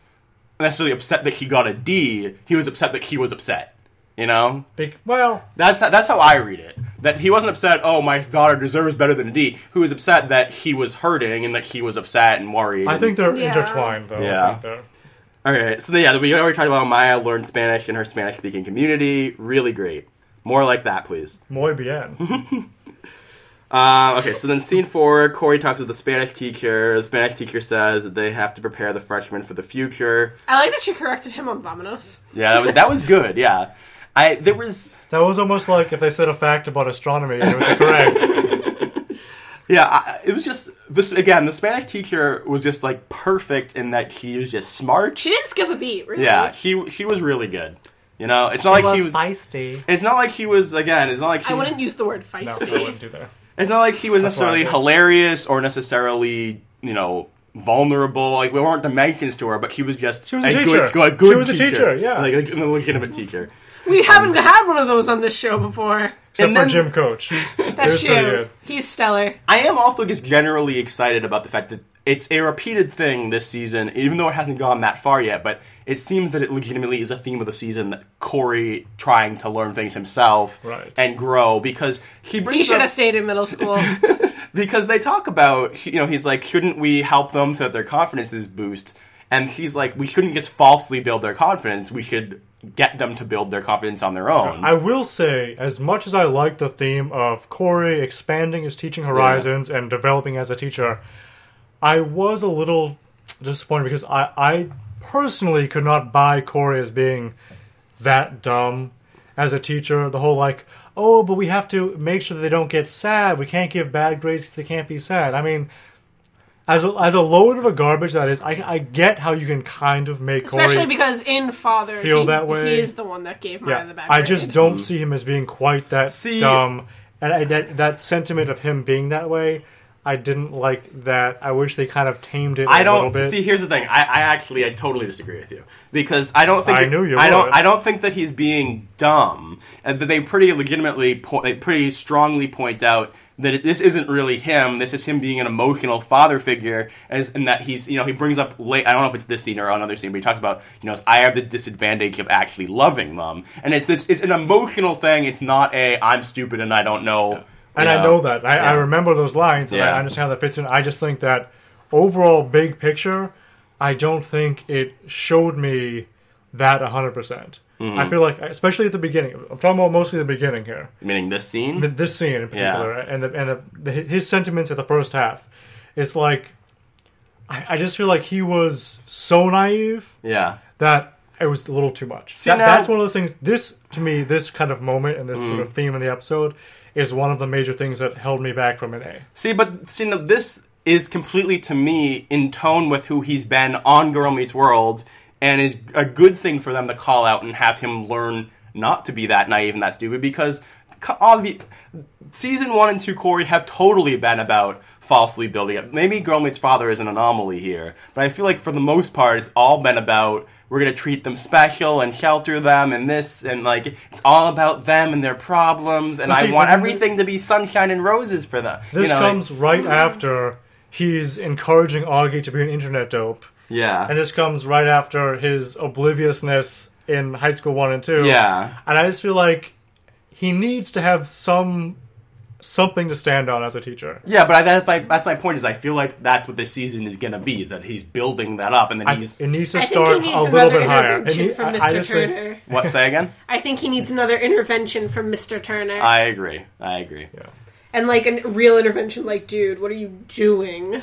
necessarily upset that he got a D. He was upset that he was upset. You know,
Big, well,
that's that's how I read it. That he wasn't upset. Oh, my daughter deserves better than a D. Who was upset that he was hurting and that he was upset and worried.
I
and-
think they're
Yeah.
intertwined though. I
Yeah.
think they're-
All right. So then, yeah, we already talked about how Maya learned Spanish in her Spanish-speaking community. Really great. More like that, please.
Muy bien.
Uh, okay, so then scene four, Corey talks with the Spanish teacher. The Spanish teacher says that they have to prepare the freshmen for the future.
I like that she corrected him on Vamanos.
Yeah, that was, that was good. Yeah, I there was
That was almost like if they said a fact about astronomy and it was correct.
yeah, I, it was just this again. The Spanish teacher was just like perfect in that he was just smart.
She didn't skip a beat, really.
yeah, she she was really good. You know, it's not like he was.
feisty.
It's not like he was again. It's not like he,
I wouldn't use the word
no, I
feisty.
wouldn't do that.
It's not like he was
why I
necessarily
did.
hilarious or necessarily you know vulnerable. Like we weren't dimensions to her, but she was just
was a teacher.
good, good,
She
good
was a
teacher.
teacher, yeah.
like, like a legitimate teacher.
we haven't had one of those on this show before.
Except
And
for
then-
Jim Coach.
That's
It was pretty
true.
good.
He's stellar.
I am also just generally excited about the fact that it's a repeated thing this season, even though it hasn't gone that far yet. But it seems that it legitimately is a theme of the season that Corey trying to learn things himself
Right.
and grow because he brings
He should
up-
have stayed in middle school.
because they talk about you know he's like shouldn't we help them so that their confidence is boost and he's like we shouldn't just falsely build their confidence we should get them to build their confidence on their own
I will say, as much as I like the theme of Corey expanding his teaching horizons and developing as a teacher, I was a little disappointed because I, I personally could not buy Corey as being that dumb as a teacher. The whole like, oh, but we have to make sure that they don't get sad. We can't give bad grades because they can't be sad. I mean. As a, as a load of a garbage that is, I, I get how you can kind of make
Especially
Corey
because in Father,
Feel
he,
that way.
he is the one that gave Maya
yeah,
the back
I
grade.
just don't
Mm-hmm.
see him as being quite that
See-
dumb, and I, that that sentiment of him being that way, I didn't like that. I wish they kind of tamed it. I
I
little
don't
bit.
see. Here's the thing. I, I actually, I totally disagree with you because I don't think
I knew you
I don't.
would.
I don't think that he's being dumb, and that they pretty legitimately, point, they pretty strongly point out that it, this isn't really him. This is him being an emotional father figure, as, and that he's you know he brings up late. I don't know if it's this scene or another scene, but he talks about you know I have the disadvantage of actually loving mom, and it's this. It's an emotional thing. It's not a I'm stupid and I don't know.
and
you
I know that. I, I
Yeah.
remember those lines, and
Yeah.
I understand how that fits in. I just think that overall, big picture, I don't think it showed me that hundred percent.
Mm-hmm.
I feel like, especially at the beginning, I'm talking about mostly the beginning here.
Meaning this scene.
th- this scene in particular, and the, and the, the, his sentiments at the first half. It's like I, I just feel like he was so naive
yeah.
that it was a little too much.
See,
That-
now-
that's one of those things. This to me, this kind of moment and this sort
Mm.
of theme in the episode is one of the major things that held me back from an A.
See, but see, now this is completely to me in tone with who he's been on Girl Meets World, and is a good thing for them to call out and have him learn not to be that naive and that stupid because co- all the season one and two Corey have totally been about falsely building up. Maybe Girl Meets Father is an anomaly here, but I feel like for the most part, it's all been about we're gonna treat them special and shelter them and this and like it's all about them and their problems and
Well,
I
see,
want
but-
everything to be sunshine and roses for them.
This
You know, like-
comes right after he's encouraging Augie to be an internet dope,
Yeah.
and this comes right after his obliviousness in High School One and Two.
yeah.
and I just feel like he needs to have some something to stand on as a teacher.
Yeah, but I, that's my that's my point is I feel like that's what this season is gonna be is that he's building that up and then
I,
he's
it needs to
I think
start
he needs
a little
another
bit higher. It
intervention
need-
from
I-
Mr.
I just think-
Turner.
what say again?
I think he needs another intervention from Mr. Turner.
I agree. I agree. Yeah.
and like a real intervention, like, dude, what are you doing?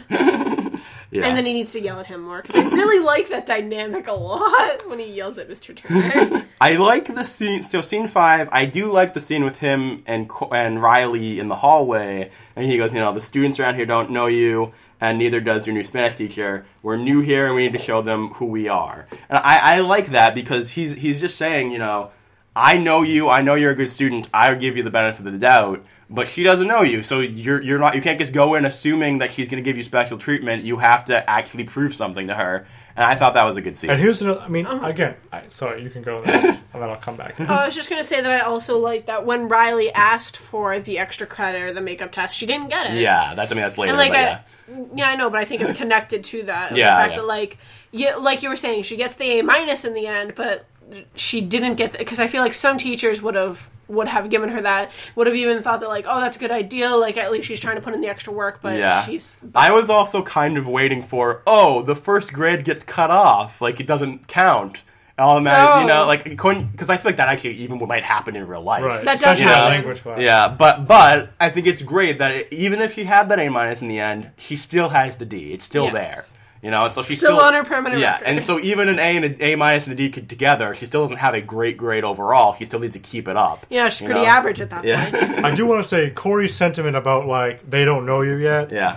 And then he needs to yell at him more because I really like that dynamic a lot when he yells at Mr. Turner.
I like the scene. So scene five, I do like the scene with him and Co- and Riley in the hallway, and he goes, you know, the students around here don't know you, and neither does your new Spanish teacher. We're new here, and we need to show them who we are. And I, I like that because he's he's just saying, you know, I know you, I know you're a good student, I give you the benefit of the doubt. But she doesn't know you, so you're you're not you can't just go in assuming that she's going to give you special treatment. You have to actually prove something to her, and I thought that was a good scene.
And here's another. I mean,
Uh-huh.
again, I, sorry, you can go there, and then I'll come back.
Oh, I was just gonna say that I also like that when Riley asked for the extra credit or the makeup test, she didn't get it.
yeah, that's I mean that's later.
and like
but
I,
yeah.
yeah, I know, but I think it's connected to that.
Yeah,
the fact
yeah.
that like, yeah, like you were saying, she gets the A minus in the end, but she didn't get because I feel like some teachers would have would have given her that, would have even thought that like, oh, that's a good idea. Like at least she's trying to put in the extra work, but
Yeah.
she's
I was also kind of waiting for, oh, the first grade gets cut off, like it doesn't count. Automatic, you know,
Oh.
like because I feel like that actually even might happen in real life.
Right.
That does
Especially
happen.
language class.
Yeah, but but I think it's great that it, even if she had that A minus in the end, she still has the D. It's still
Yes.
there. You know, and so she's
Still
still,
on her permanent
Yeah,
record.
and so even an A and an A minus and a D could- together, she still doesn't have a great grade overall. She still needs to keep it up.
yeah, she's
you
pretty
know?
average at that point.
Yeah,
I do want to say Corey's sentiment about like they don't know you yet.
yeah,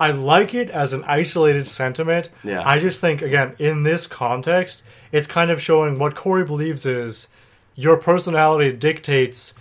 I like it as an isolated sentiment.
Yeah.
I just think again in this context, it's kind of showing what Corey believes is your personality dictates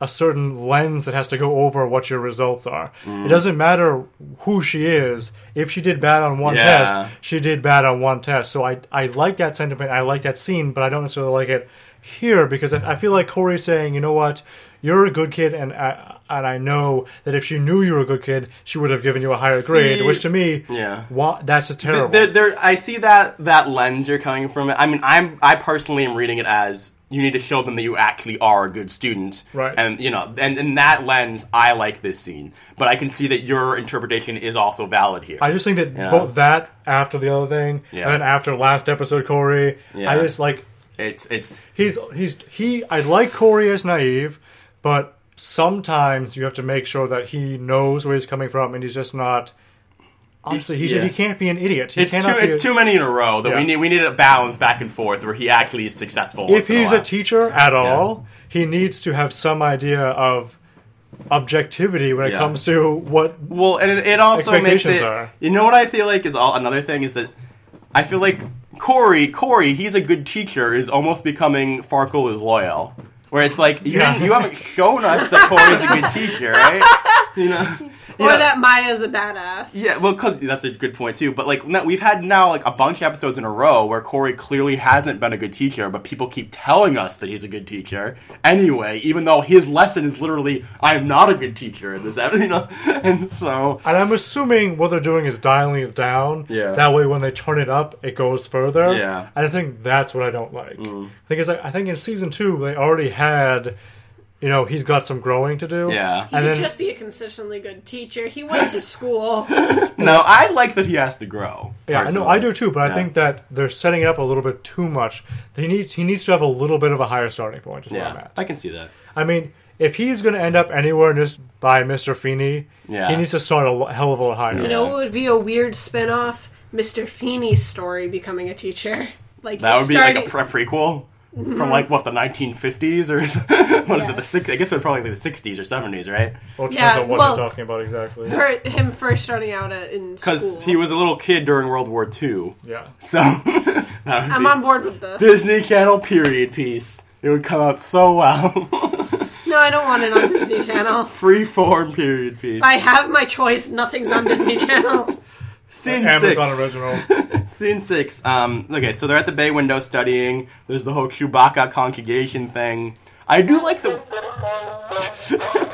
a certain lens that has to go over what your results are.
Mm.
It doesn't matter who she is. If she did bad on one
Yeah.
test, she did bad on one test. So I I like that sentiment. I like that scene, but I don't necessarily like it here because I, I feel like Corey's saying, you know what, you're a good kid, and I, and I know that if she knew you were a good kid, she would have given you a higher grade. Which to me,
Yeah.
wha- that's just terrible.
There, there, I see that that lens you're coming from. I mean, I'm I personally am reading it as you need to show them that you actually are a good student,
Right.
And you know, and in that lens, I like this scene, but I can see that your interpretation is also valid here.
I just think that
Yeah.
both that after the other thing,
Yeah.
and then after last episode, Corey, I
Yeah.
just like
it's it's
he's he's he. I like Corey as naive, but sometimes you have to make sure that he knows where he's coming from, and he's just not. Obviously, he,
Yeah.
he can't be an idiot. He
it's too
cannot be
it's
a-
too many in a row that
Yeah.
we need we need a balance back and forth where he actually is successful.
if
once in
he's
while.
a teacher at all, he needs to have some idea of objectivity when it
Yeah.
comes to what.
Well, and it, it also makes
Expectations
it.
are-
You know what I feel like is all, another thing is that I feel like Corey, Corey, he's a good teacher, is almost becoming Farkle is loyal, where it's like you
Yeah.
didn't, you haven't shown us that Corey's a good teacher, right? You know,
Or
Yeah.
that Maya's a badass.
yeah, well, 'cause- that's a good point too. But like no- we've had now like a bunch of episodes in a row where Corey clearly hasn't been a good teacher, but people keep telling us that he's a good teacher anyway, even though his lesson is literally "I am not a good teacher" in this episode, you know, and so.
And I'm assuming what they're doing is dialing it down.
Yeah.
That way, when they turn it up, it goes further.
Yeah. Mm.
And I think that's what I don't like. I think it's like I think in season two they already had, you know, he's got some growing to do.
Yeah.
He'd
And then
just be a consistently good teacher. He went to school.
No, I like that he has to grow.
yeah, I know
personally.
I do too. But I
Yeah.
think that they're setting it up a little bit too much. He needs he needs to have a little bit of a higher starting point. Is what I'm
Yeah,
at.
I can see that.
I mean, if he's going to end up anywhere just by Mr. Feeney,
Yeah.
he needs to start a lo- hell of a lot higher.
You know, it would be a weird spin off Mr. Feeney's story becoming a teacher. Like
That would be like a
starting-
pre- prequel from like what the 1950s or s- what is it the
Yes.
six? I guess it's probably the 60s or 70s, right?
Well, it
Yeah,
depends on what
well-
they're talking about exactly.
for him first starting out at, in school.
Because he was a little kid during World War II.
Yeah.
So that would
I'm
be
on board with this.
Disney Channel period piece. It would come out so well.
no, I don't want it on Disney Channel.
Freeform period piece.
If I have my choice, nothing's on Disney Channel.
Scene six.
Amazon original.
Scene six. Um, okay, so they're at the bay window studying. There's the whole Chewbacca congregation thing. I do like the.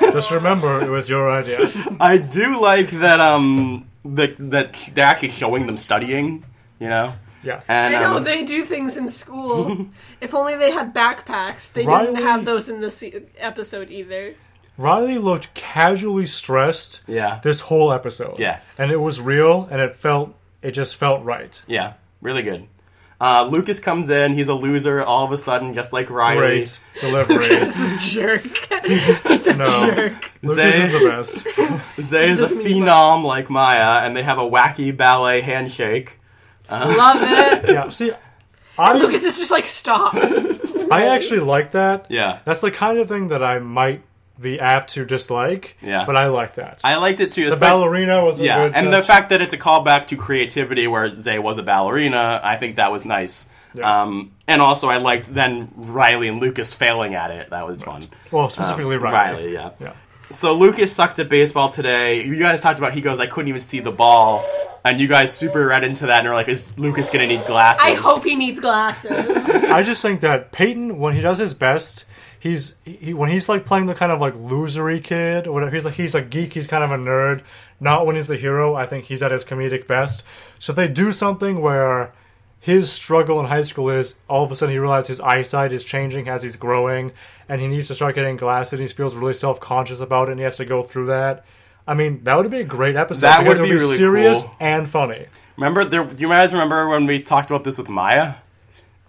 Just remember, it was your idea.
I do like that um that that they're actually showing them studying, you know.
Yeah.
I
And
know
um,
they do things in school. if only they had backpacks. They
Riley-
didn't have those in this e- episode either.
Riley looked casually stressed
yeah,
this whole episode.
Yeah.
And it was real, and it felt, it just felt right.
yeah, really good. Uh, Lucas comes in. He's a loser all of a sudden, just like Riley.
Great delivery.
This is a jerk. He's a
No.
jerk.
Lucas is the best.
Zay is a
Doesn't mean he's
phenom like Maya, and they have a wacky ballet handshake.
Love it.
Yeah, see, I,
Lucas is just like, stop.
I actually like that.
Yeah,
That's the kind of thing that I might be apt to dislike.
Yeah.
But I like that.
I liked it too.
the
espec-
ballerina was a
yeah,
good
and the
touch.
fact that it's a callback to creativity, where Zay was a ballerina, I think that was nice.
Yeah.
Um, and also, I liked then Riley and Lucas failing at it. That was fun.
Well, specifically
Um,
Riley.
Riley, yeah.
Yeah.
So Lucas sucked at baseball today. You guys talked about he goes, I couldn't even see the ball, and you guys super read into that and are like, is Lucas gonna need glasses?
I hope he needs glasses.
I just think that Peyton, when he does his best, he's he, when he's like playing the kind of like losery kid or whatever. He's like he's a geek. He's kind of a nerd. Not when he's the hero. I think he's at his comedic best. So if they do something where his struggle in high school is all of a sudden he realizes his eyesight is changing as he's growing, and he needs to start getting glasses. And he feels really self conscious about it, and he has to go through that. I mean, that would be a great episode.
That
because
would
it
be really
serious
cool.
and funny.
Remember, there, you guys remember when we talked about this with Maya?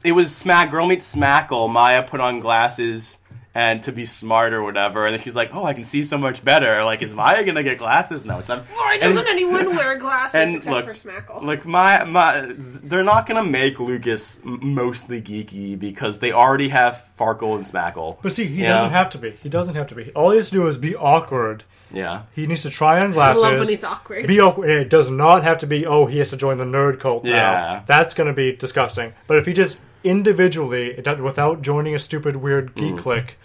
It was Smack Girl Meets Smackle. Maya put on glasses and to be smart or whatever, and then she's like, "Oh, I can see so much better." Like, is Maya gonna get glasses? No, it's not.
Why
And-
doesn't anyone wear glasses
and
except
look,
for Smackle?
Like my my, they're not gonna make Lucas m- mostly geeky because they already have Farkle and Smackle.
But see, he
Yeah.
doesn't have to be. He doesn't have to be. All he has to do is be awkward.
yeah,
He needs to try on glasses.
love when he's awkward.
Be awkward. It does not have to be. Oh, he has to join the nerd cult
Yeah.
now. That's going to be disgusting. But if he just individually, it does- without joining a stupid weird
Mm.
geek clique,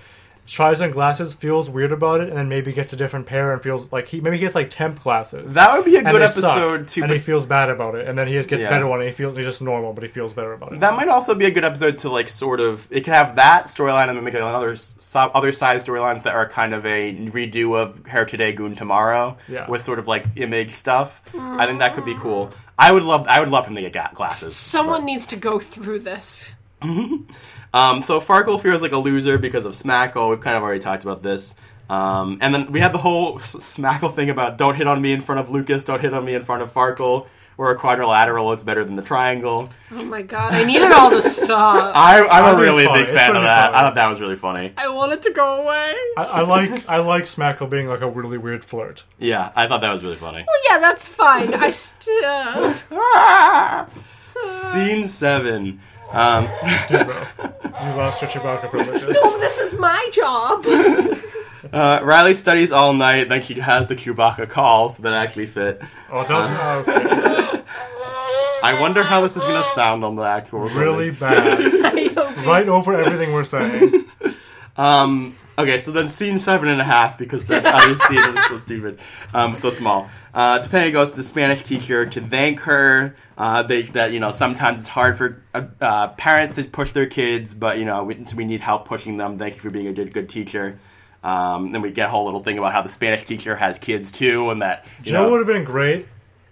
tries on glasses, feels weird about it, and then maybe gets a different pair and feels like he maybe he gets like temp glasses.
that would be a
and
good
they suck,
episode to.
and he feels bad about it, and then he just gets
Yeah.
better one, and he feels he's just normal, but he feels better about it.
that might also be a good episode to like sort of. It could have that storyline and then make another s- so- other side storylines that are kind of a redo of Hair Today, Goon Tomorrow,
Yeah.
with sort of like image stuff. I think that could be cool. I would love. I would love him to get ga- glasses.
Someone needs to go through this.
Um, so Farkle feels like a loser because of Smackle. We've kind of already talked about this. Um, and then we had the whole S- Smackle thing about don't hit on me in front of Lucas, don't hit on me in front of Farkle. We're a quadrilateral, it's better than the triangle.
Oh my god, I need it all to stop.
I, I'm a
think it's
really
funny.
big
It's
fan of
pretty
that. I
funny.
thought that was really funny.
I want it to go away.
I, I like I like Smackle being like a really weird flirt.
Yeah, I thought that was really funny.
Well, yeah, that's fine. I st- uh,
Scene 7. Um,
You lost your Chewbacca privileges.
this is my job.
uh, Riley studies all night, then she has the Chewbacca call, so that actually fit.
Oh, don't. okay.
I wonder how this is going to sound on the actual recording.
Really bad.
I don't
right over everything we're saying.
Um, okay, so then scene seven and a half because that other scene was so stupid, um, so small. Uh, Topanga goes to the Spanish teacher to thank her. Uh, they, that you know sometimes it's hard for uh, uh, parents to push their kids, but you know we, we need help pushing them. Thank you for being a good, good teacher. Um, then we get a whole little thing about how the Spanish teacher has kids too, and that you
You know what would
know,
have been great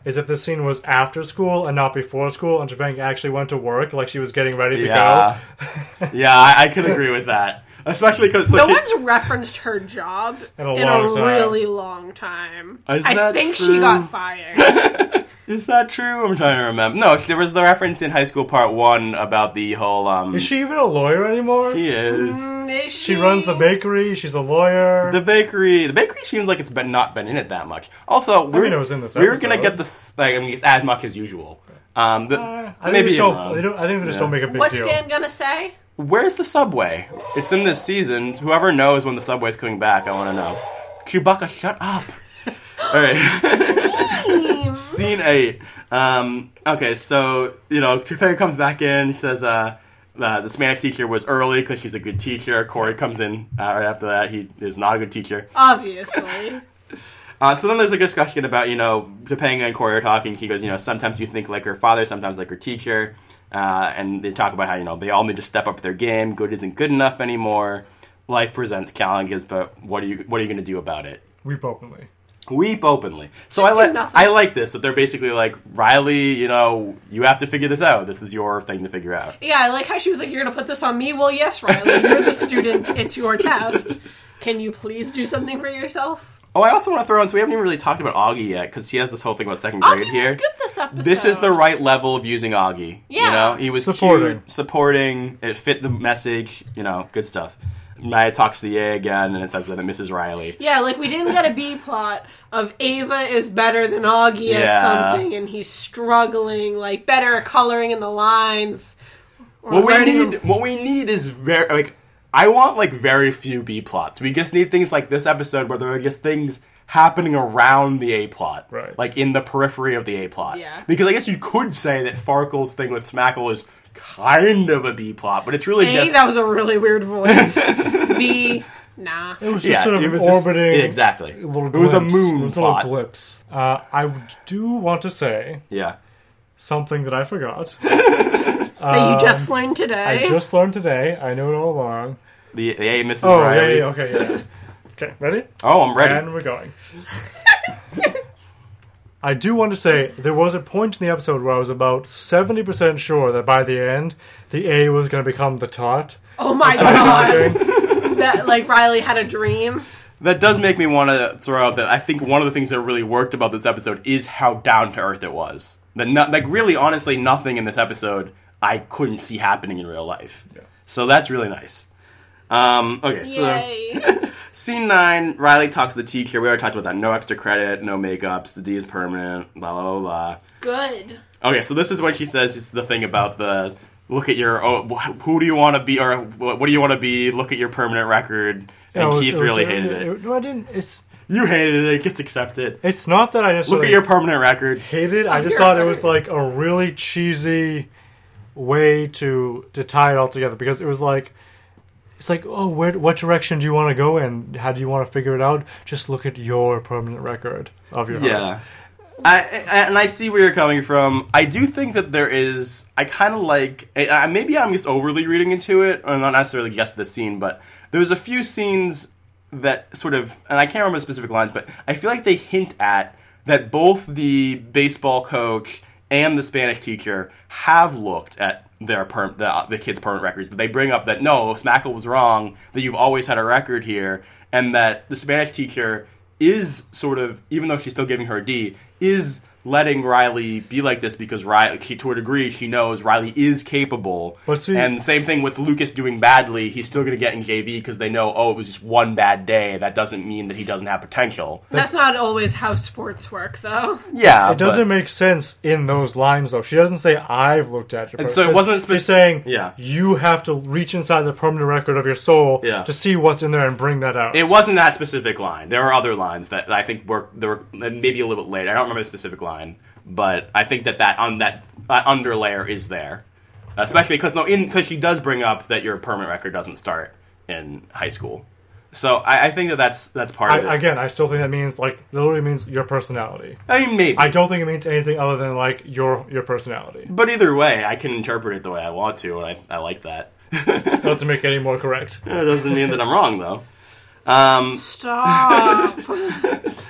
is if this scene was after school and not before school, and Japan actually went to work, like she was getting ready to
yeah, yeah, I, I could agree with that, especially because
No one's referenced her job
In a
in a,
long time.
really long time.
Isn't
I
that
think
true?
she got fired.
Is that true? I'm trying to remember. No, there was the reference in High School Part One about the whole. Um,
go. Is she even a lawyer anymore?
She is.
Is
She
she,
runs the bakery. She's a lawyer.
The bakery. The bakery seems like it's been not been in it that much. Also, we're,
it was in this
we're
episode.
gonna get this. Like, I mean, it's as much as usual. Um, the,
Uh, I
maybe
think they,
I'm
still,
wrong.
they don't, I think they just
Yeah.
don't make a big
What's
deal.
Dan gonna say?
Where's the subway? It's in this season. Whoever knows when the subway's coming back, I want to know. Chewbacca, shut up. All right. Scene eight. Um, okay, so you know, Tupega comes back in. He says, uh, uh, "The Spanish teacher was early because she's a good teacher." Corey comes in uh, right after that. He is not a good teacher.
Obviously.
Uh, so then there's like a discussion about, you know, Topanga and Corey are talking. He goes, you know, sometimes you think like her father, sometimes like her teacher. Uh, and they talk about how, you know, they all need to step up their game. Good isn't good enough anymore. Life presents challenges, but what are you what are you going to do about it?
Weep openly.
Weep openly. So
Just
I
do
like
nothing.
I like this that they're basically like Riley, you know, you have to figure this out. This is your thing to figure out.
yeah, I like how she was like, You're gonna put this on me? Well, yes, Riley, you're the student. It's your test. Can you please do something for yourself?
Oh, I also want to throw in. So we haven't even really talked about Augie yet because he has this whole thing about second grade
Augie
here.
was good this episode.
This is the right level of using Augie. You
Yeah.
know, he was
Supporting.
cute, supporting. It fit the message. You know, good stuff. Maya talks to the A again, and it says that it misses Riley.
Yeah, like we didn't get a B plot of Ava is better than Augie
Yeah.
at something and he's struggling, like better at coloring in the lines. Or
What we
learning
need, what we need is very like. I want like very few B plots. We just need things like this episode where there are just things happening around the A plot,
Right.
Like in the periphery of the A plot.
Yeah.
Because I guess you could say that Farkle's thing with Smackle is kind of a B plot, but it's really
A,
just
that was a really weird voice. B, Nah.
It was just
yeah,
sort of
it was just-
orbiting.
yeah, exactly.
a little
It was a
glimpse.
moon
It was a
plot.
little glimpse. Uh, I do want to say
Yeah.
something that I forgot.
that you just learned today.
Um, I just learned today. I knew it all along.
The, the A Mrs.
Oh, yeah,
Riley.
yeah, okay, yeah, yeah. okay, ready?
Oh, I'm ready.
And we're going. I do want to say there was a point in the episode where I was about 70% sure that by the end, the A was going to become the tot.
oh my god. That like Riley had a dream.
That does make me want to throw out that I think one of the things that really worked about this episode is how down to earth it was. That no, like really, honestly, nothing in this episode I couldn't see happening in real life. So that's really nice. Um, okay, so
Yay.
scene nine, Riley talks to the teacher. We already talked about that. No extra credit, no makeups. The D is permanent. Blah blah blah. blah.
Good.
Okay, so this is what she says is the thing about the look at your oh, wh- who do you want to be or what, what do you want to be? Look at your permanent record. And
Yeah, it was-
Keith
it was-
really hated it.
No, I didn't. It's,
You hated it. Just accept it.
it's not that I just
Look at your permanent record.
hated. I
Oh,
just
you're
thought it
right.
was like a really cheesy way to to tie it all together because it was like it's like oh where, what direction do you want to go and how do you want to figure it out just look at your permanent record of your heart.
Yeah. I, I, and I see where you're coming from. I do think that there is. I kind of like. I, I- maybe I'm just overly reading into it, or not necessarily just this scene, but there's a few scenes that sort of. And I can't remember the specific lines, but I feel like they hint at that both the baseball coach and the Spanish teacher have looked at their per, the, the kids' permanent records. That they bring up that no, Smackle was wrong. That you've always had a record here, and that the Spanish teacher is sort of, even though she's still giving her a D, is letting Riley be like this because Riley, she, to a degree, she knows Riley is capable.
But see-
and same thing with Lucas doing badly, he's still going to get in JV because they know, oh, it was just one bad day. That doesn't mean that he doesn't have potential.
That's not always how sports work though.
Yeah,
It doesn't make sense in those lines though. She doesn't say I've looked at your.
And
per-"
so it wasn't speci-
She's saying
Yeah.
you have to reach inside the permanent record of your soul
Yeah.
to see what's in there and bring that out.
It wasn't that specific line. There are other lines that I think were there were maybe a little bit late. I don't remember the specific line, but I think that that on that uh, underlayer is there, especially because no, because she does bring up that your permanent record doesn't start in high school. So I, I think that that's that's part of it.
I, again, I still think that means like literally means your personality.
I mean, maybe.
I don't think it means anything other than like your your personality.
but either way, I can interpret it the way I want to, and I, I like that.
Doesn't make it any more correct.
It doesn't mean that I'm wrong though. Um,
Stop.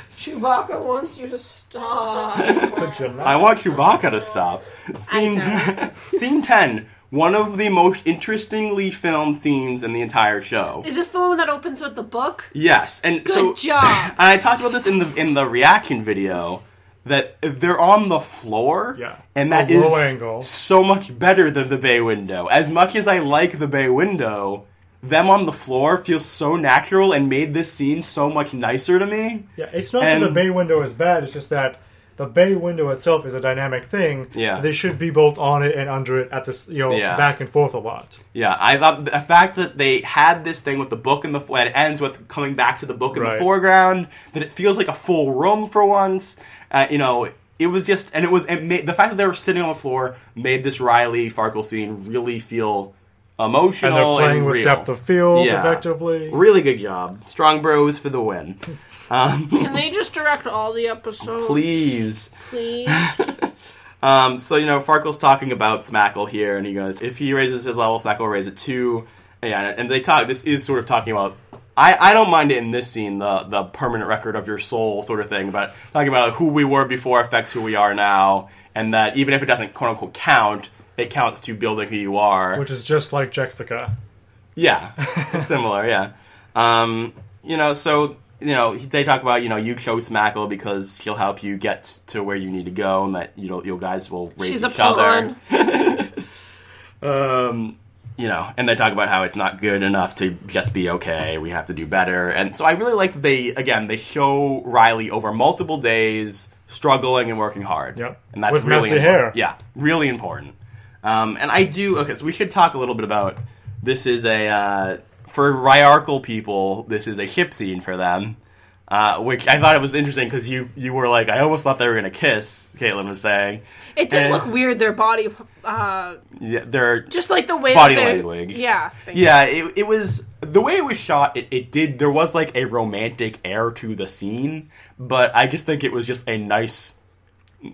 Chewbacca wants you to stop.
I want Chewbacca to stop. Scene, scene 10. One of the most interestingly filmed scenes in the entire show.
Is this the one that opens with the book?
Yes, and so
Good job.
and I talked about this in the in the reaction video that they're on the floor.
Yeah.
and that
A
is
low angle.
so much better than the bay window. As much as I like the bay window, them on the floor feels so natural and made this scene so much nicer to me.
Yeah, it's not
And-
that the bay window is bad. It's just that the bay window itself is a dynamic thing.
Yeah.
they should be both on it and under it at this, you know,
Yeah.
back and forth a lot.
Yeah, I thought the fact that they had this thing with the book in the that ends with coming back to the book in the
Right.
foreground, that it feels like a full room for once. Uh, you know, it was just, and it was it made, the fact that they were sitting on the floor made this Riley Farkle scene really feel
And
emotional.
they're playing with
real.
depth of field
Yeah.
effectively.
Really good job, Strong Bros for the win. Um,
Can they just direct all the episodes?
please.
Please.
Um, so you know, Farkle's talking about Smackle here, and he goes, "If he raises his level, Smackle will raise it too." Yeah, and they talk. This is sort of talking about. I, I don't mind it in this scene, the the permanent record of your soul sort of thing, but talking about who we were before affects who we are now, and that even if it doesn't quote unquote count, it counts to building who you are.
Which is just like Jexica.
Yeah, similar. Yeah, um, you know. So you know, they talk about you know you chose Smackle because she'll help you get to where you need to go, and that you know you guys will raise
She's a
each other. um, you know, and they talk about how it's not good enough to just be okay. We have to do better. And so I really like that they again they show Riley over multiple days struggling and working hard.
Yep.
and that's
With
really
messy
important.
hair.
Yeah, really important. Um, and I do okay. So we should talk a little bit about this. Is a uh, for Ryarkle people. This is a ship scene for them. Uh, which I thought it was interesting because you you were like, I almost thought they were gonna kiss. Caitlin was saying,
It did
And-
look weird. Their body, uh,
yeah, they're
just like the way
Body
that they're-
language.
Yeah. thank you.
yeah. It, it was the way it was shot. It, it did there was like a romantic air to the scene, but I just think it was just a nice,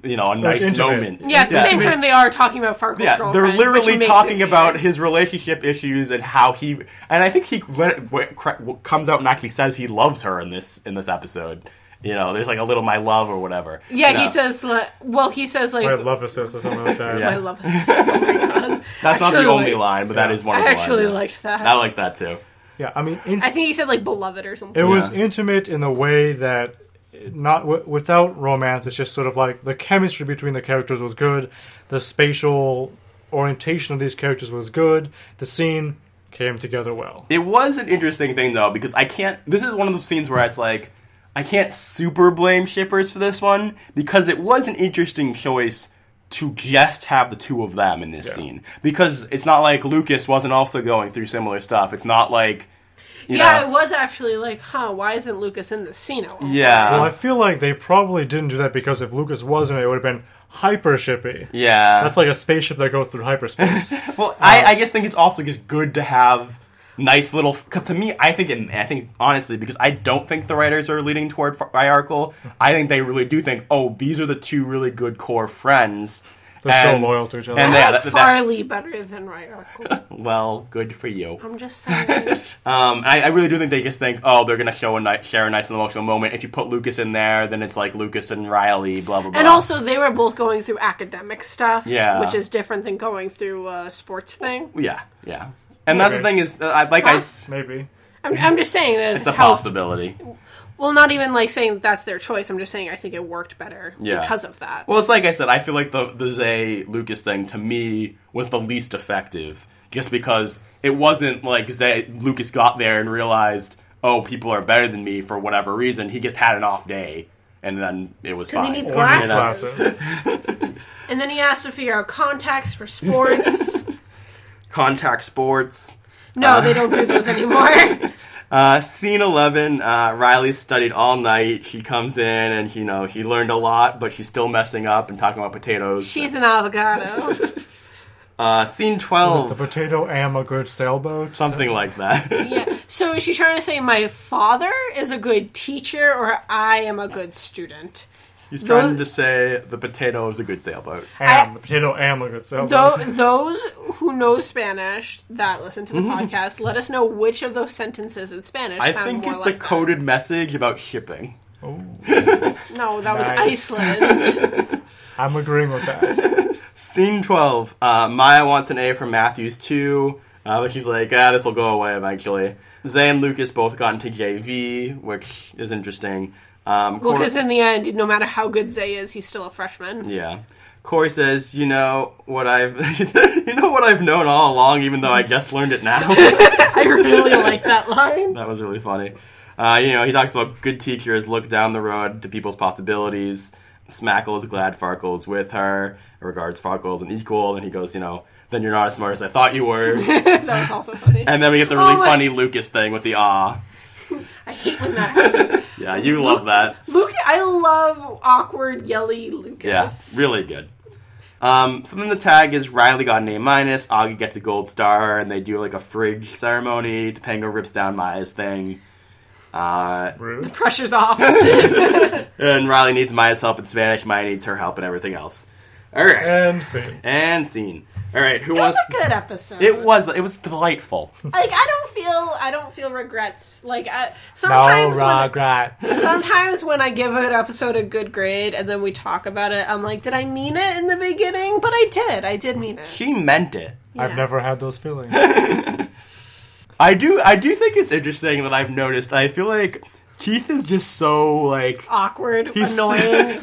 you know, a nice
intimate.
moment.
Yeah, at the same time, they are talking about Farquhar's
Yeah,
girlfriend.
they're
which
literally
makes it
talking about
weird.
his relationship issues and how he, and I think he let, what, cra- what comes out and actually says he loves her in this in this episode. You know, there's like a little my love or whatever.
Yeah,
You know,
he says. Like, well, he says like,
My love assist or something like that.
Yeah.
"I love us." Oh my god.
that's not the
actually,
only
like-
line, but that
Yeah.
is one.
I
of the
actually
lines, yeah.
liked that.
I like that too.
Yeah, I mean, in-
I think he said like beloved or something.
it was
Yeah.
intimate in the way that not w- without romance. It's just sort of like the chemistry between the characters was good. The spatial orientation of these characters was good. The scene came together well.
It was an interesting thing though because I can't. This is one of those scenes where it's like I can't super blame shippers for this one because it was an interesting choice to just have the two of them in this scene because it's not like Lucas wasn't also going through similar stuff. It's not like you
yeah,
know,
it was actually like, huh? Why isn't Lucas in the scene? at all?
Yeah,
Well, I feel like they probably didn't do that because if Lucas wasn't, it would have been hyper shippy.
yeah.
That's uh, like a spaceship that goes through hyperspace.
Well, I, I just think it's also just good to have nice little. Because to me, I think, and I think honestly, because I don't think the writers are leaning toward hierarchical. I think they really do think, oh, these are the two really good core friends.
They're so loyal to each other.
And
I
yeah,
like
that, that-
Farley better than Ryarkle.
well, good for you.
I'm just saying.
Um, I, I really do think they just think, oh, they're gonna show a nice, share a nice and emotional moment. If you put Lucas in there, then it's like Lucas and Riley, blah blah blah.
And also, they were both going through academic stuff,
Yeah.
which is different than going through a sports thing.
yeah, yeah. And that's the
Okay.
thing is, uh, I, like I, s-
Maybe.
I'm, I'm just saying that
it's a
how-
possibility.
Well, not even like saying that that's their choice. I'm just saying I think it worked better
Yeah.
because of that.
Well, it's like I said, I feel like the the Zay Lucas thing to me was the least effective, just because it wasn't like Zay Lucas got there and realized, oh, people are better than me for whatever reason. He just had an off day, and then it was
because he
fine.
needs
Or needs
glasses, and then he has to figure out contacts for sports.
Contact sports.
no, they don't do those anymore.
Uh, scene eleven. Uh, Riley studied all night. She comes in and you know she learned a lot, but she's still messing up and talking about potatoes.
She's an avocado.
uh, scene
The
twelve.
potato am a good sailboat.
Something like that.
Yeah. So is she trying to say my father is a good teacher or I am a good student?
He's trying
Those-
to say the potato is a good sailboat.
Am.
I-
the potato am a good
Oh,
sailboat.
Though those who know Spanish that listen to the podcast, let us know which of those sentences in Spanish.
Mm-hmm. I
sound
think
more
it's
like
a
that.
coded message about shipping.
No, that was
Nice.
Iceland.
I'm agreeing with that.
Scene 12. Uh, Maya wants an A from Matthews too, uh, but she's like, ah, this will go away eventually. Zay and Lucas both got into JV, which is interesting. Um,
well,
Cor-
because in the end, no matter how good Zay is, he's still a freshman.
yeah. Corey says, "You know what I've, you know what I've known all along, even though I just learned it now."
I really like that line.
That was really funny. Uh, you know, he talks about good teachers look down the road to people's possibilities. Smackle is glad Farkle is with her, regards Farkle as an equal, and he goes, you know, then you're not as smart as I thought you were.
that was also funny.
and then we get the really
Oh my-
funny Lucas thing with the ah.
I hate when that happens.
Yeah, you love that.
Luke, I love awkward, yelly
Yeah,
Lucas.
really good. Um, so then the tag is Riley got an A minus, Augie gets a gold star, and they do like a frig ceremony. Topanga rips down Maya's thing. Uh,
Rude.
Pressure's off.
and Riley needs Maya's help in Spanish. Maya needs her help in everything else. All right.
And scene.
and scene. All right, who
It was
wants?
a good episode.
it was it was delightful.
like I don't feel I don't feel regrets. Like I,
No
sometimes when,
regrets.
sometimes when I give an episode a good grade and then we talk about it, I'm like, did I mean it in the beginning? But I did. I did mean it.
She meant it.
I've never had those feelings.
I do I do think it's interesting that I've noticed. I feel like Keith is just so like
awkward,
he's
annoying.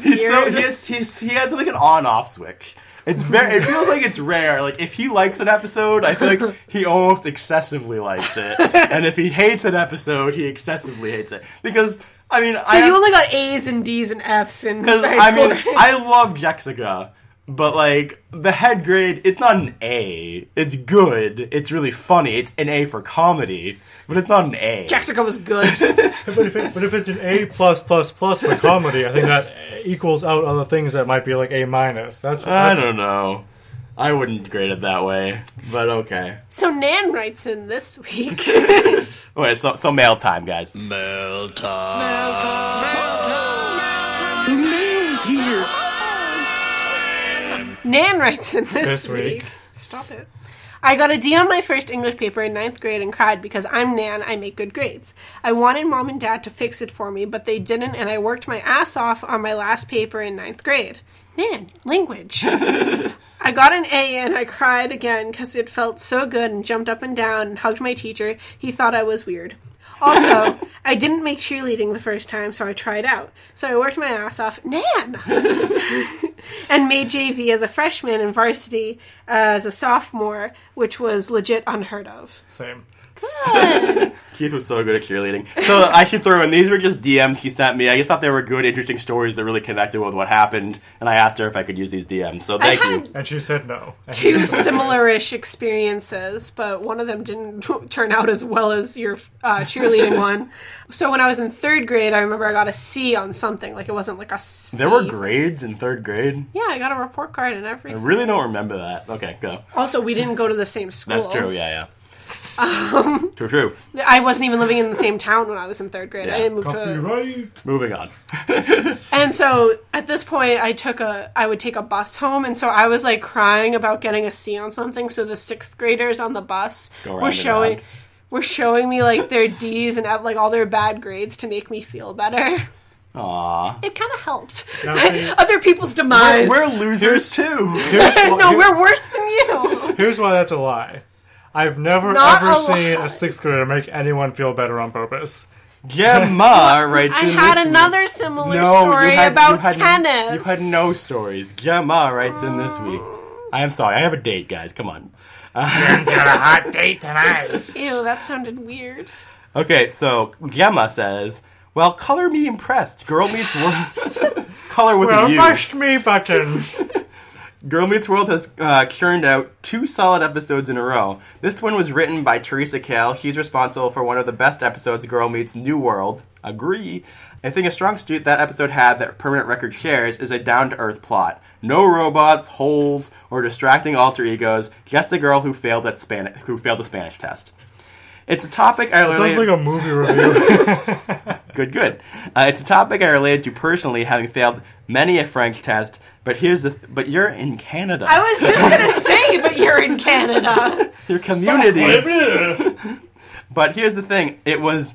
he's so
weird.
he has, he's he has like an on off switch. It's very it feels like it's rare. Like if he likes an episode, I feel like he almost excessively likes it. and if he hates an episode, he excessively hates it because. I mean,
So
I
you only got A's and D's and F's in
Because
high
I
school.
mean,
right?
I love Jaxica, But like the head grade, it's not an A. It's good. It's really funny. It's an A for comedy, but it's not an A.
Jaxica was good.
But if, it, but if it's an A plus plus plus for comedy, I think that equals out other things that might be like A minus. That's,
I
that's
don't know. I wouldn't grade it that way, but okay.
so Nan writes in this week.
Wait, so, so mail time, guys.
Nan writes in this,
This week.
week. Stop it. I got a D on my first English paper in ninth grade and cried because I'm Nan, I make good grades. I wanted mom and dad to fix it for me, but they didn't, and I worked my ass off on my last paper in ninth grade. Nan, language. I got an A and I cried again because it felt so good and jumped up and down and hugged my teacher. He thought I was weird. Also, I didn't make cheerleading the first time, so I tried out. So I worked my ass off. Nan! and made JV as a freshman and varsity uh, as a sophomore, which was legit unheard of.
same.
Keith was so good at cheerleading. So I should throw in these were just DMs he sent me. I just thought they were good, interesting stories that really connected with what happened, and I asked her if I could use these DMs. So
I
thank you.
had
And she said no. And he
two
was like,
similar-ish experiences, but one of them didn't turn out as well as your uh, cheerleading one. So when I was in third grade, I remember I got a C on something. Like it wasn't like a C.
There were grades in third grade.
Yeah, I got a report card and
I
everything.
really don't remember that. Okay, go.
Also, we didn't go to the same school.
That's true. Yeah, yeah.
Um,
true, true.
I wasn't even living in the same town when I was in third grade.
Yeah.
I didn't move to
Copyright.
Moving on.
And so at this point, I took a I would take a bus home, and so I was like crying about getting a C on something. So the sixth graders on the bus
Go round
were
and
showing
round.
were showing me like their D's and like all their bad grades to make me feel better.
Aw.
It kind of helped.
Now, see,
Other people's demise.
We're losers too.
here's why-
no,
here-
we're worse than you.
Here's why that's a lie. I've never
not
ever
a
seen
lie.
a sixth grader make anyone feel better on purpose.
Gemma writes
I
in this
had
week.
another
No,
similar
you
story
had- you
about
had-
tennis.
You had no stories. Gemma writes in this week.
Oh.
I am sorry. I have a date, guys. Come on.
Ew, that sounded weird.
Okay, so Gemma says, "Well, color me impressed. Girl meets world. color with a
Well,
U.
push me button.
Girl Meets World has uh, churned out two solid episodes in a row. This one was written by Teresa Kale. She's responsible for one of the best episodes, Girl Meets New World. Agree. I think a strong suit that episode had that Permanent Record shares is a down to earth plot. No robots, holes, or distracting alter egos. Just a girl who failed at Spanish, who failed the Spanish test. It's a topic I
Sounds
related.
like a movie review.
Good, good. Uh, it's a topic I related to personally, having failed many a French test. But here's the. But you're in Canada.
I was just gonna say, but you're in Canada.
Your community. But here's the thing: it was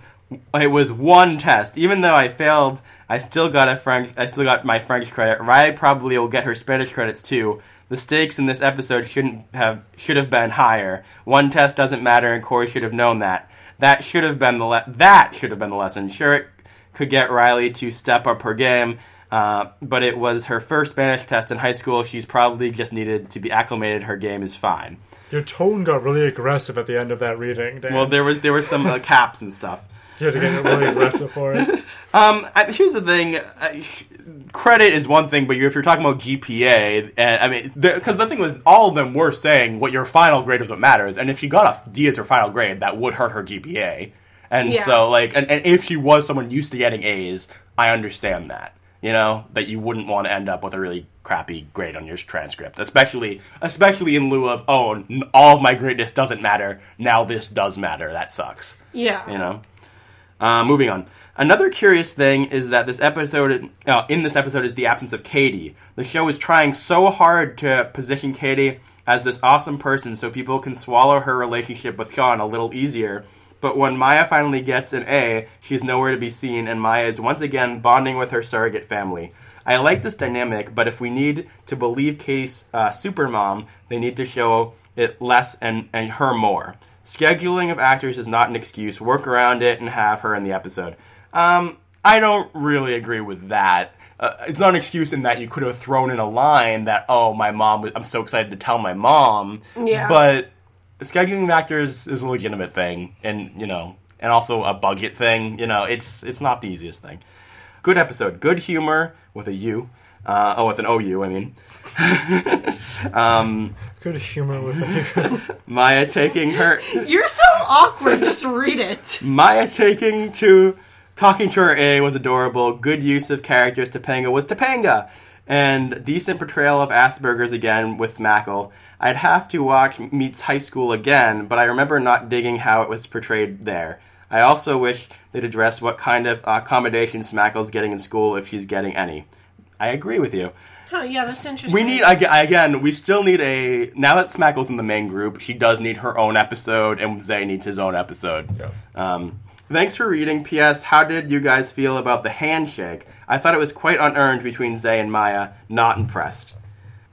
it was one test. Even though I failed, I still got a French. I still got my French credit. Rai probably will get her Spanish credits too. The stakes in this episode shouldn't have should have been higher. One test doesn't matter, and Corey should have known that. That should have been the le- that should have been the lesson. Sure, it could get Riley to step up her game. Uh, but it was her first Spanish test in high school. She's probably just needed to be acclimated. Her game is fine.
Your tone got really aggressive at the end of that reading. Dan.
Well, there was there were some uh, caps and stuff.
you had to get really aggressive for it.
Um, I, here's the thing. I, credit is one thing, but you, if you're talking about GPA, and uh, I mean, because the thing was, all of them were saying what your final grade was what matters, and if she got a D as her final grade, that would hurt her GPA. And
Yeah.
so, like, and, and if she was someone used to getting A's, I understand that. You know that you wouldn't want to end up with a really crappy grade on your transcript, especially especially in lieu of oh, n- all of my greatness doesn't matter. Now this does matter. That sucks
Yeah.
you know. Uh, moving on. Another curious thing is that this episode, uh, in this episode, is the absence of Katie. The show is trying so hard to position Katie as this awesome person so people can swallow her relationship with Sean a little easier. But when Maya finally gets an A, she's nowhere to be seen, and Maya is once again bonding with her surrogate family. I like this dynamic, but if we need to believe Katie's uh, supermom, they need to show it less and, and her more. Scheduling of actors is not an excuse. Work around it and have her in the episode. Um, I don't really agree with that. Uh, it's not an excuse in that you could have thrown in a line that, oh, my mom, was- I'm so excited to tell my mom.
Yeah.
But scheduling of actors is a legitimate thing, and you know, and also a budget thing. You know, it's it's not the easiest thing. Good episode, good humor with a U. Uh, oh, with an OU, I mean.
Good humor with it.
Maya taking her
You're so awkward. Just read it.
Maya taking to talking to her A was adorable. Good use of characters. Topanga was Topanga, and decent portrayal of Asperger's again with Smackle. I'd have to watch Meets High School again, but I remember not digging how it was portrayed there. I also wish they'd address what kind of accommodation Smackle's getting in school if she's getting any. I agree with you.
Oh yeah, that's interesting.
We need ag- again. We still need a now that Smackle's in the main group. She does need her own episode, and Zay needs his own episode. Um, thanks for reading. P.S. How did you guys feel about the handshake? I thought it was quite unearned between Zay and Maya. Not impressed.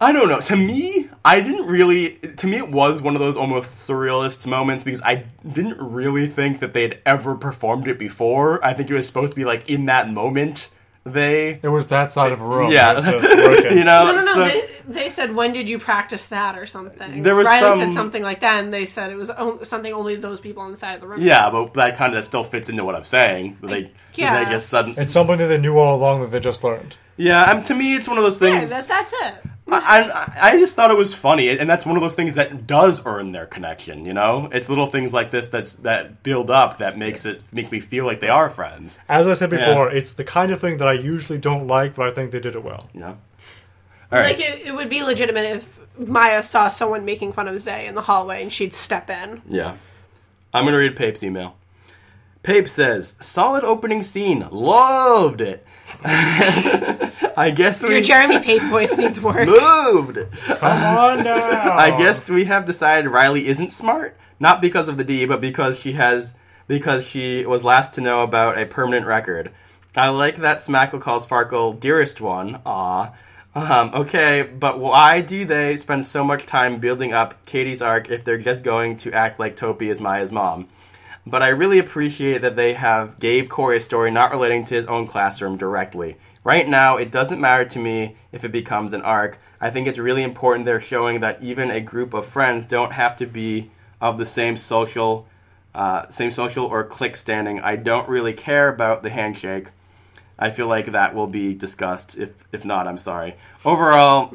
I don't know. To me, I didn't really. To me, it was one of those almost surrealist moments because I didn't really think that they'd ever performed it before. I think it was supposed to be like in that moment they.
It was that side of a room.
Yeah.
It was just working.
You know,
No, no, no.
so-
they, they said, "When did you practice that?" or something.
There was
Riley
some-
said something like that, and they said it was on- something only those people on the side of the room.
Yeah, but that kind of still fits into what I'm saying. Like,
guess.
they just sudden.
It's something that they knew all along that they just learned.
yeah, um, to me, it's one of those
Yeah,
things.
that, that's it.
I, I, I just thought it was funny, and that's one of those things that does earn their connection. You know, it's little things like this that's that build up that makes it make me feel like they are friends.
As I said
Yeah.
before, it's the kind of thing that I usually don't like, but I think they did it well.
You know. All right.
Like it, it would be legitimate if Maya saw someone making fun of Zay in the hallway, and she'd step in.
Yeah. I'm going to read Pape's email. Pape says, solid opening scene. Loved it. I guess
Your
we
Jeremy Pate voice needs work.
moved.
Come on now.
I guess we have decided Riley isn't smart, not because of the D, but because she has because she was last to know about a permanent record. I like that Smackle calls Farkle dearest one. Aw. Um, okay, but why do they spend so much time building up Katie's arc if they're just going to act like Topi is Maya's mom? But I really appreciate that they have Gabe Corey's story not relating to his own classroom directly. Right now, it doesn't matter to me if it becomes an arc. I think it's really important they're showing that even a group of friends don't have to be of the same social, uh, same social or clique standing. I don't really care about the handshake. I feel like that will be discussed. If if not, I'm sorry. Overall,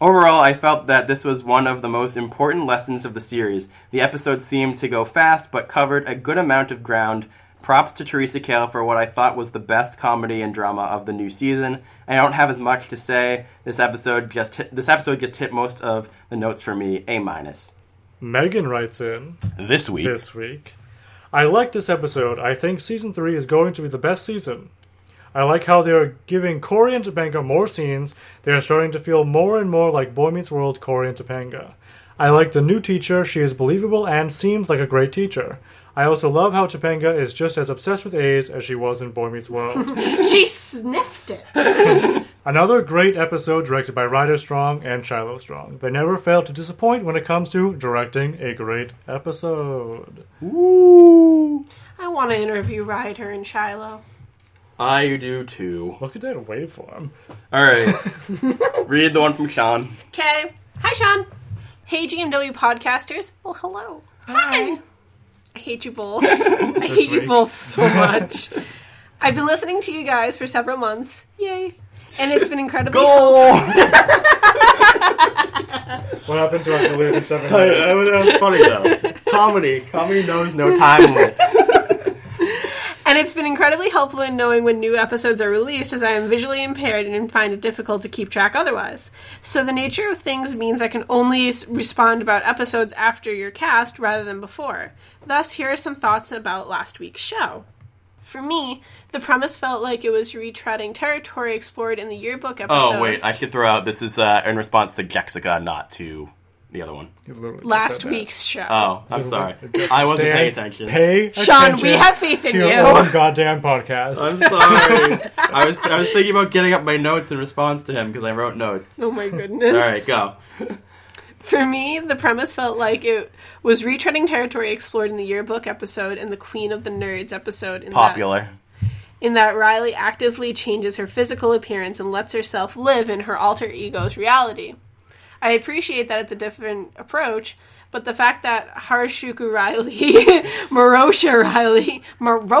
Overall, I felt that this was one of the most important lessons of the series. The episode seemed to go fast, but covered a good amount of ground. Props to Teresa Kale for what I thought was the best comedy and drama of the new season. I don't have as much to say. This episode just hit, this episode just hit most of the notes for me. A minus.
Megan writes in.
This week,
this week. I like this episode. I think season three is going to be the best season. I like how they are giving Corey and Topanga more scenes. They are starting to feel more and more like Boy Meets World Corey and Topanga. I like the new teacher. She is believable and seems like a great teacher. I also love how Topanga is just as obsessed with A's as she was in Boy Meets World.
She sniffed it.
Another great episode directed by Ryder Strong and Shiloh Strong. They never fail to disappoint when it comes to directing a great episode.
I want to interview Ryder and Shiloh.
I do too.
Look at that waveform.
All right, read the one from Sean.
Okay. Hi, Sean. Hey, GMW podcasters. Well, hello. Hi. I hate you both. I hate you
week.
both so much. I've been listening to you guys for several months. Yay. And it's been incredibly.
What happened to our delivery seven days?
was funny though. Comedy, comedy knows no time limit.
And it's been incredibly helpful in knowing when new episodes are released as I am visually impaired and find it difficult to keep track otherwise. So the nature of things means I can only s- respond about episodes after your cast rather than before. Thus, here are some thoughts about last week's show. For me, the premise felt like it was retreading territory explored in the yearbook
Oh
episode.
wait, I should throw out this is uh, in response to Jexica, not to the other one.
You literally just
Last
said that.
week's show.
Oh, I'm sorry, I wasn't
Dan,
paying attention.
Pay
Sean, we
attention
have faith in
to
you.
your own goddamn podcast.
I'm sorry. I was I was thinking about getting up my notes in response to him because I wrote notes.
Oh my goodness.
All right, go.
For me, the premise felt like it was retreading territory explored in the yearbook episode and the Queen of the Nerds episode. In
Popular.
That, in that Riley actively changes her physical appearance and lets herself live in her alter ego's reality. I appreciate that it's a different approach, But the fact that Harshuku Riley, Marosha Riley,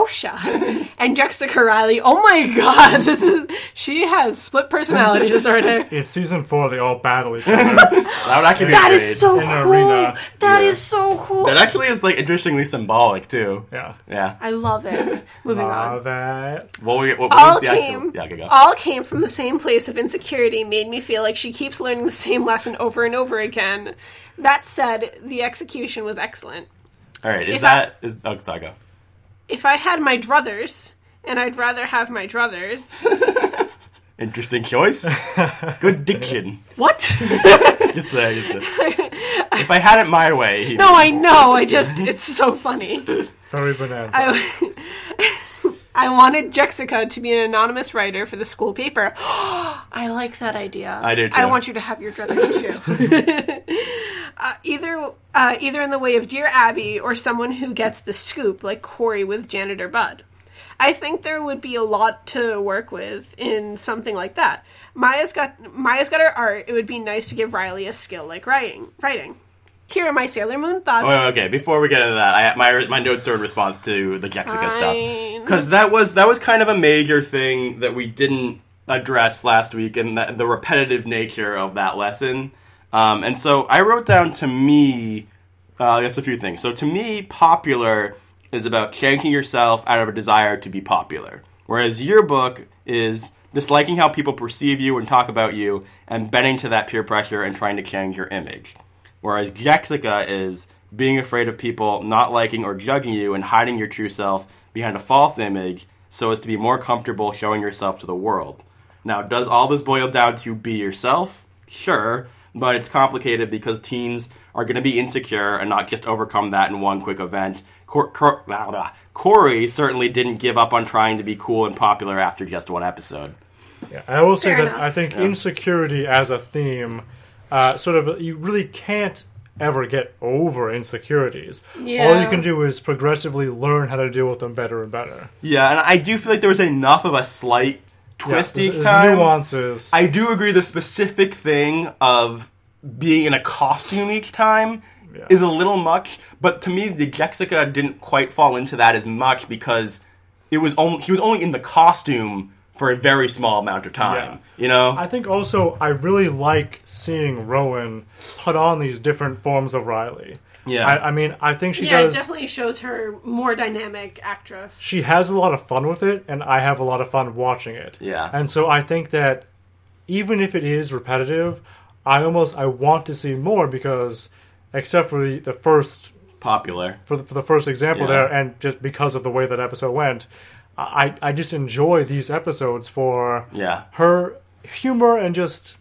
Marosha, and Jessica Riley, oh my god, this is she has split personality disorder.
It's season four. They all battle each other.
That would actually be
That
great.
is so
In an
cool. That
arena,
is so cool.
That actually is like interestingly symbolic too.
yeah.
Yeah.
I love it. Moving on.
Love it.
What we what, what
All
was the
came,
actual? Yeah, okay, go.
all came from the same place of insecurity. Made me feel like she keeps learning the same lesson over and over again. That said, the execution was excellent.
all right. Is
if I-
that is oh, sorry, go.
If I had my druthers, and I'd rather have my druthers.
Interesting choice. Good diction.
What?
Just say. Just say. If I had it my way, he-
no, I know. I just it's so funny.
Very bonanza.
I, I wanted Jexica to be an anonymous writer for the school paper. I like that idea.
I do,
I
too.
want you to have your druthers too. uh, either uh, either in the way of Dear Abby or someone who gets the scoop, like Corey with Janitor Bud. I think there would be a lot to work with in something like that. Maya's got Maya's got her art. It would be nice to give Riley a skill like writing. Writing. Here are my Sailor Moon thoughts.
Wait, wait, Oh, okay, before we get into that, I, my my notes are in response to the Gexica stuff
Fine.
because that was that was kind of a major thing that we didn't address last week, and the, the repetitive nature of that lesson. Um, and so I wrote down to me, uh, I guess a few things. So to me, popular is about shanking yourself out of a desire to be popular, whereas yearbook is disliking how people perceive you and talk about you, and bending to that peer pressure and trying to change your image. Whereas Jexica is being afraid of people not liking or judging you and hiding your true self behind a false image so as to be more comfortable showing yourself to the world. Now, does all this boil down to be yourself? Sure, but it's complicated because teens are going to be insecure and not just overcome that in one quick event. Cor- Cor- blah, blah. Corey certainly didn't give up on trying to be cool and popular after just one episode.
Yeah, I will say
Fair
that
enough.
I think insecurity as a theme, uh, sort of, you really can't ever get over insecurities. All you
Yeah.
can do is progressively learn how to deal with them better and better.
Yeah, and I do feel like there was enough of a slight twist
there's-
each
there's
time.
nuances.
I do agree the specific thing of being in a costume each time is a little much, but to me the Jexica didn't quite fall into that as much because it was only he was only in the costume for a very small amount of time. You know?
I think also I really like seeing Rowan put on these different forms of Riley.
Yeah.
I, I mean, I think she
yeah, it
does.
definitely shows her more dynamic actress.
She has a lot of fun with it, and I have a lot of fun watching it.
Yeah.
And so I think that even if it is repetitive, I almost I want to see more because, except for the, the first
Popular.
for the, for the first example
Yeah.
there, and just because of the way that episode went, I I just enjoy these episodes for
Yeah.
her humor and just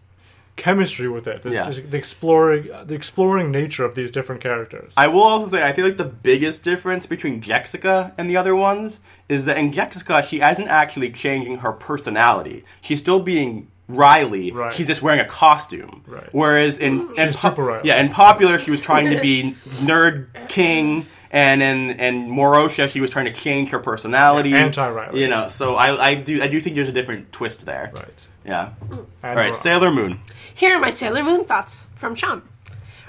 chemistry with it. The,
Yeah.
just the exploring the exploring nature of these different characters.
I will also say I feel like the biggest difference between Jexica and the other ones is that in Jexica she isn't actually changing her personality. She's still being Riley.
Right.
She's just wearing a costume.
Right.
Whereas in, in
She's super Riley.
yeah, in popular she was trying to be nerd king, and in and Morosha she was trying to change her personality.
anti-Riley.
You know, so I, I do I do think there's a different twist there.
right.
Yeah.
And uh,
All right,
Rowan.
Sailor Moon.
Here are my Sailor Moon thoughts from Sean.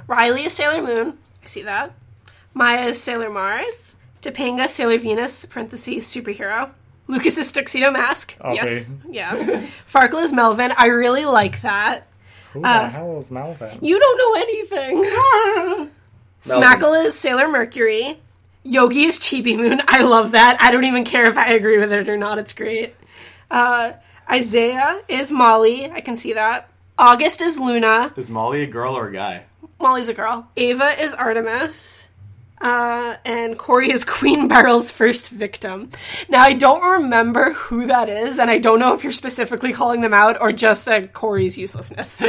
Riley is Sailor Moon. I see that. Maya is Sailor Mars. Topanga, Sailor Venus, parentheses, superhero. Lucas is Tuxedo Mask. Yes. Yeah. Farkle is Melvin. I really like that.
Who the hell is Malvan?
You don't know anything. Smackle is Sailor Mercury. Yogi is Chibi Moon. I love that. I don't even care if I agree with it or not. It's great. Uh, Isaiah is Molly. I can see that. August is Luna.
Is Molly a girl or a guy?
Molly's a girl. Ava is Artemis. Uh, and Corey is Queen Beryl's first victim. Now, I don't remember who that is, and I don't know if you're specifically calling them out or just said Corey's uselessness.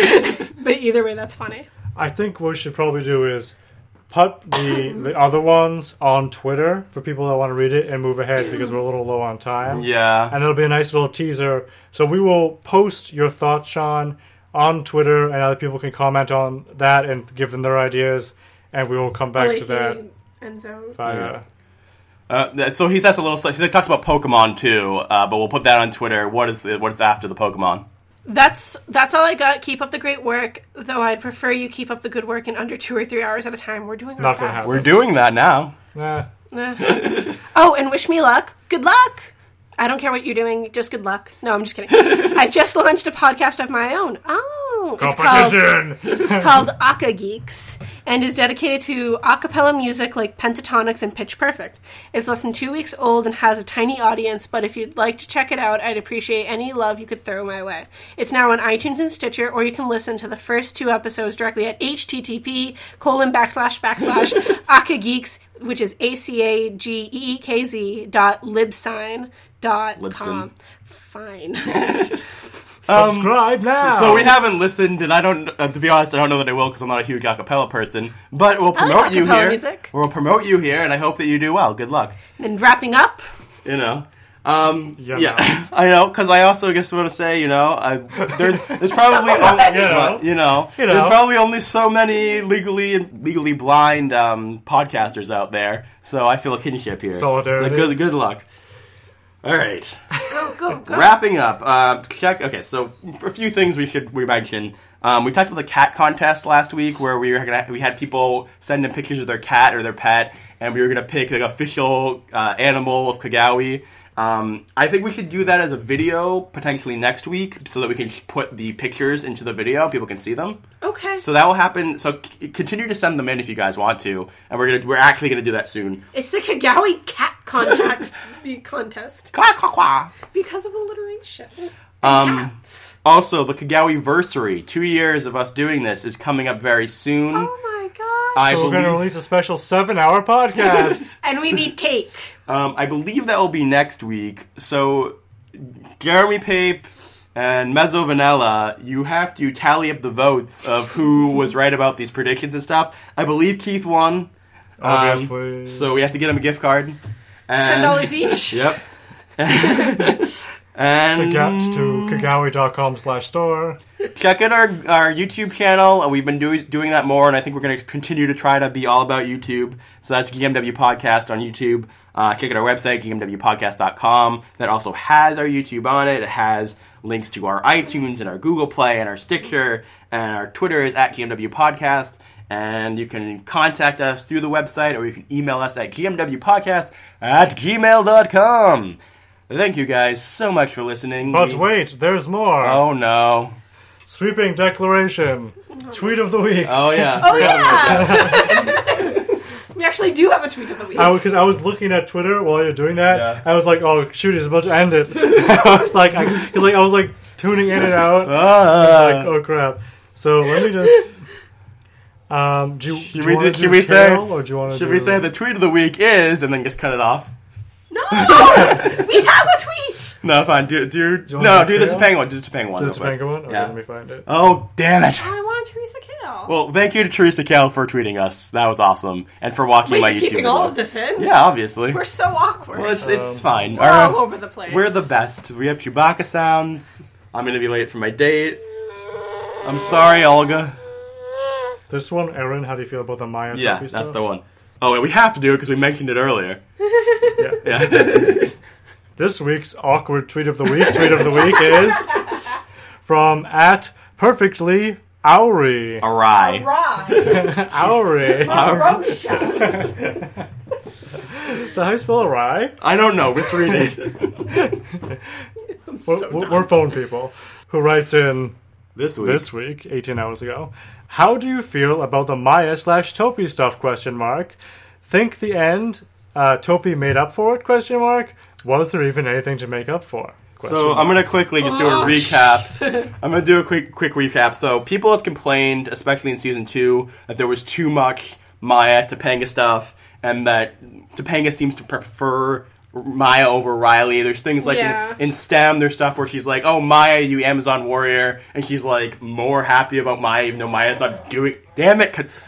but either way, that's funny.
I think what we should probably do is put the the other ones on Twitter for people that want to read it and move ahead because we're a little low on time.
Yeah.
And it'll be a nice little teaser. So we will post your thoughts, Sean, on Twitter, and other people can comment on that and give them their ideas, and we will come back to that
And so,
via.
Uh, th- so he says a little. He talks about Pokemon too, uh, but we'll put that on Twitter. What is the, what's after the Pokemon?
That's that's all I got. Keep up the great work, though. I'd prefer you keep up the good work in under two or three hours at a time. We're doing our
Not gonna
best.
We're doing that now.
Eh.
Oh, and wish me luck. Good luck. I don't care what you're doing. Just good luck. No, I'm just kidding. I've just launched a podcast of my own. Oh, it's called
Competition!
it's called Akka Geeks and is dedicated to a cappella music like pentatonics and pitch perfect. It's less than two weeks old and has a tiny audience, but if you'd like to check it out, I'd appreciate any love you could throw my way. It's now on iTunes and Stitcher, or you can listen to the first two episodes directly at http colon backslash backslash akageeks, which is A C A G E E K Z dot libsign dot
Libsyn.
com. Fine.
Subscribe now!
So we haven't listened, and I don't. Uh, to be honest, I don't know that I will because I'm not a huge acapella person. But we'll promote you
acapella
here.
music.
We'll promote you here, and I hope that you do well. Good luck.
and wrapping up.
You know. Um,
You
yeah,
know.
I know. Because I also guess want to say, you know, I, there's there's probably only
You know.
you know,
You know.
there's probably only so many legally legally blind um, podcasters out there. So I feel a kinship here.
Solidarity.
So good good luck. All right.
Go, go, go.
Wrapping up, uh, check. Okay, so for a few things we should we mention. Um, we talked about the cat contest last week, where we were gonna, we had people send in pictures of their cat or their pet, and we were gonna pick the official uh, animal of Kagawi. Um, I think we should do that as a video potentially next week, so that we can put the pictures into the video, people can see them.
Okay.
So that will happen. So c- continue to send them in if you guys want to, and we're gonna we're actually gonna do that soon.
It's the Kagawi cat contact contest
Quack, quack, quack.
because of alliteration.
Um,
Cats.
Also, the Kagawi versary, two years of us doing this, is coming up very soon.
Oh my gosh!
I
So we're going to
believe,
release a special seven hour podcast.
and we need cake.
um, I believe that will be next week. So, Jeremy Pape and Mezzo Vanilla, you have to tally up the votes of who was right about these predictions and stuff. I believe Keith won. Um,
Obviously.
so we have to get him a gift card. And-
Ten dollars each.
Yep. and
to get to kagawi.com slash store.
check out our, our YouTube channel. Uh, We've been do- doing that more, and I think we're going to continue to try to be all about YouTube. So that's GMW Podcast on YouTube. Uh, check out our website, gmwpodcast.com. That also has our YouTube on it. It has links to our iTunes and our Google Play and our Stitcher, and our Twitter is at GMW Podcast. And you can contact us through the website, or you can email us at gmwpodcast at gmail.com. Thank you guys so much for listening.
But
We-
wait, there's more.
Oh no.
Sweeping declaration. Tweet of the week.
Oh yeah.
Oh yeah. we actually do have a tweet of the week.
I because I was looking at Twitter while you're doing that.
Yeah.
I was like, oh shoot, he's about to end it. I was like, I, 'cause, like I was like tuning in and out. I
Uh,
was like, oh crap. So let me just. Um, do you, do
Should
you
we,
wanna
do,
do
should we say?
Carol, or do you want to?
Should we say the tweet of the week is, and then just cut it off?
no, we have a tweet.
No, fine. Do do,
wanna
no. Do
do
the
Carol?
Topanga one. Do the Topanga one.
the
real quick.
Topanga one? Okay,
Yeah.
let me find it.
Oh damn it!
I want Teresa Kale.
Well, thank you to Teresa Kell for tweeting us. That was awesome, and for watching
Wait,
my
you're
YouTube.
keeping all
video.
of this in?
Yeah, obviously.
We're so awkward.
well, it's
Um,
it's fine.
We're all
Our-
over the place.
we're the best. We have Chewbacca sounds. I'm gonna be late for my date. I'm sorry, Olga.
This one, Erin, how do you feel about the Maya?
Yeah,
puppy
that's
stuff?
the one. Oh, wait, we have to do it because we mentioned it earlier.
Yeah.
Yeah.
This week's awkward tweet of the week. Tweet of the week is from at perfectly Auri.
Awry.
Right.
Auri.
Rosha.
Is that how you spell Auri?
I don't know. Misread it.
We're, we're- we're phone people. Who writes in
this week.
this week, 18 hours ago. How do you feel about the Maya slash Topi stuff? Question mark. Think the end? Uh, Topi made up for it? Question mark. Was there even anything to make up for? Question
So
mark.
I'm gonna quickly just do a recap. I'm gonna do a quick quick recap. So people have complained, especially in season two, that there was too much Maya Topanga stuff, and that Topanga seems to prefer Maya over Riley. There's things like in-
Yeah.
in, STEM, there's stuff where she's like, "Oh Maya, you Amazon warrior," and she's like more happy about Maya, even though Maya's not doing. Damn it. Cause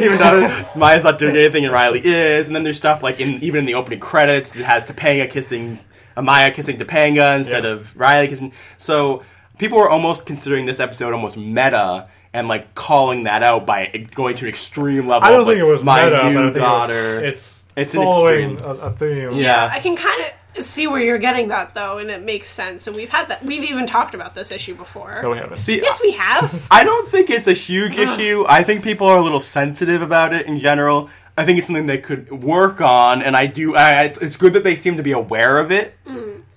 even though Maya's not doing anything and Riley is, and then there's stuff like in even in the opening credits that has Topanga kissing Amaya kissing Topanga instead
Yeah.
of Riley kissing. So people were almost considering this episode almost meta and like calling that out by it- going to an extreme level.
I don't
of,
think it
like,
was
my
meta,
new
but I think it was-
daughter.
it's
It's an
following
extreme.
a, a theme.
yeah.
I can kind of. see where you're getting that though, and it makes sense. And we've had that. We've even talked about this issue before.
No, we haven't.
See,
Yes, we have.
I don't think it's a huge issue. I think people are a little sensitive about it in general. I think it's something they could work on, and I do. I, it's, it's good that they seem to be aware of it.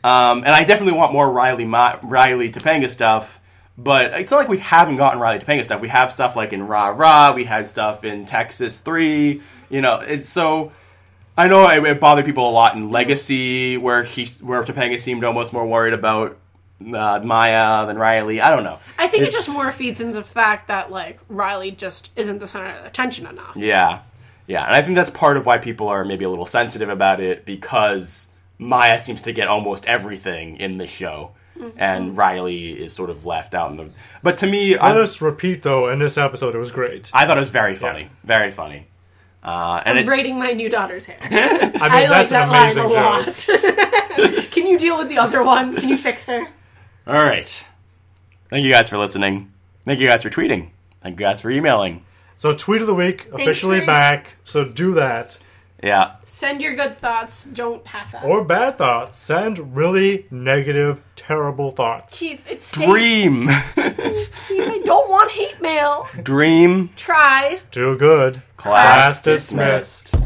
Um, and I definitely want more Riley Ma- Riley Topanga stuff. But it's not like we haven't gotten Riley Topanga stuff. We have stuff like in Rah Rah. We had stuff in Texas Three. You know, it's so. I know it, it bothered people a lot in Legacy, where he where Topanga seemed almost more worried about uh, Maya than Riley. I don't know.
I think it,
It's-
just more feeds into the fact that like Riley just isn't the center of attention enough.
Yeah. Yeah. And I think that's part of why people are maybe a little sensitive about it because Maya seems to get almost everything in the show. And Riley is sort of left out in the. But to me,
Let
I,
us repeat though. In this episode, it was great.
I thought it was very funny. Very funny. Uh, and it,
Braiding my new daughter's hair.
I mean,
I like
that's
that
an
line a
amazing joke.
lot. Can you deal with the other one? Can you fix her?
all right. Thank you guys for listening. Thank you guys for tweeting. Thank you guys for emailing.
So, tweet of the week officially
for-
back. So do that
Yeah.
Send your good thoughts. Don't half that.
or bad thoughts. Send really negative, terrible thoughts.
Keith, it stinks.
Dream.
Keith, I don't want hate mail.
Dream.
Try.
Do good.
Class
dismissed.
dismissed.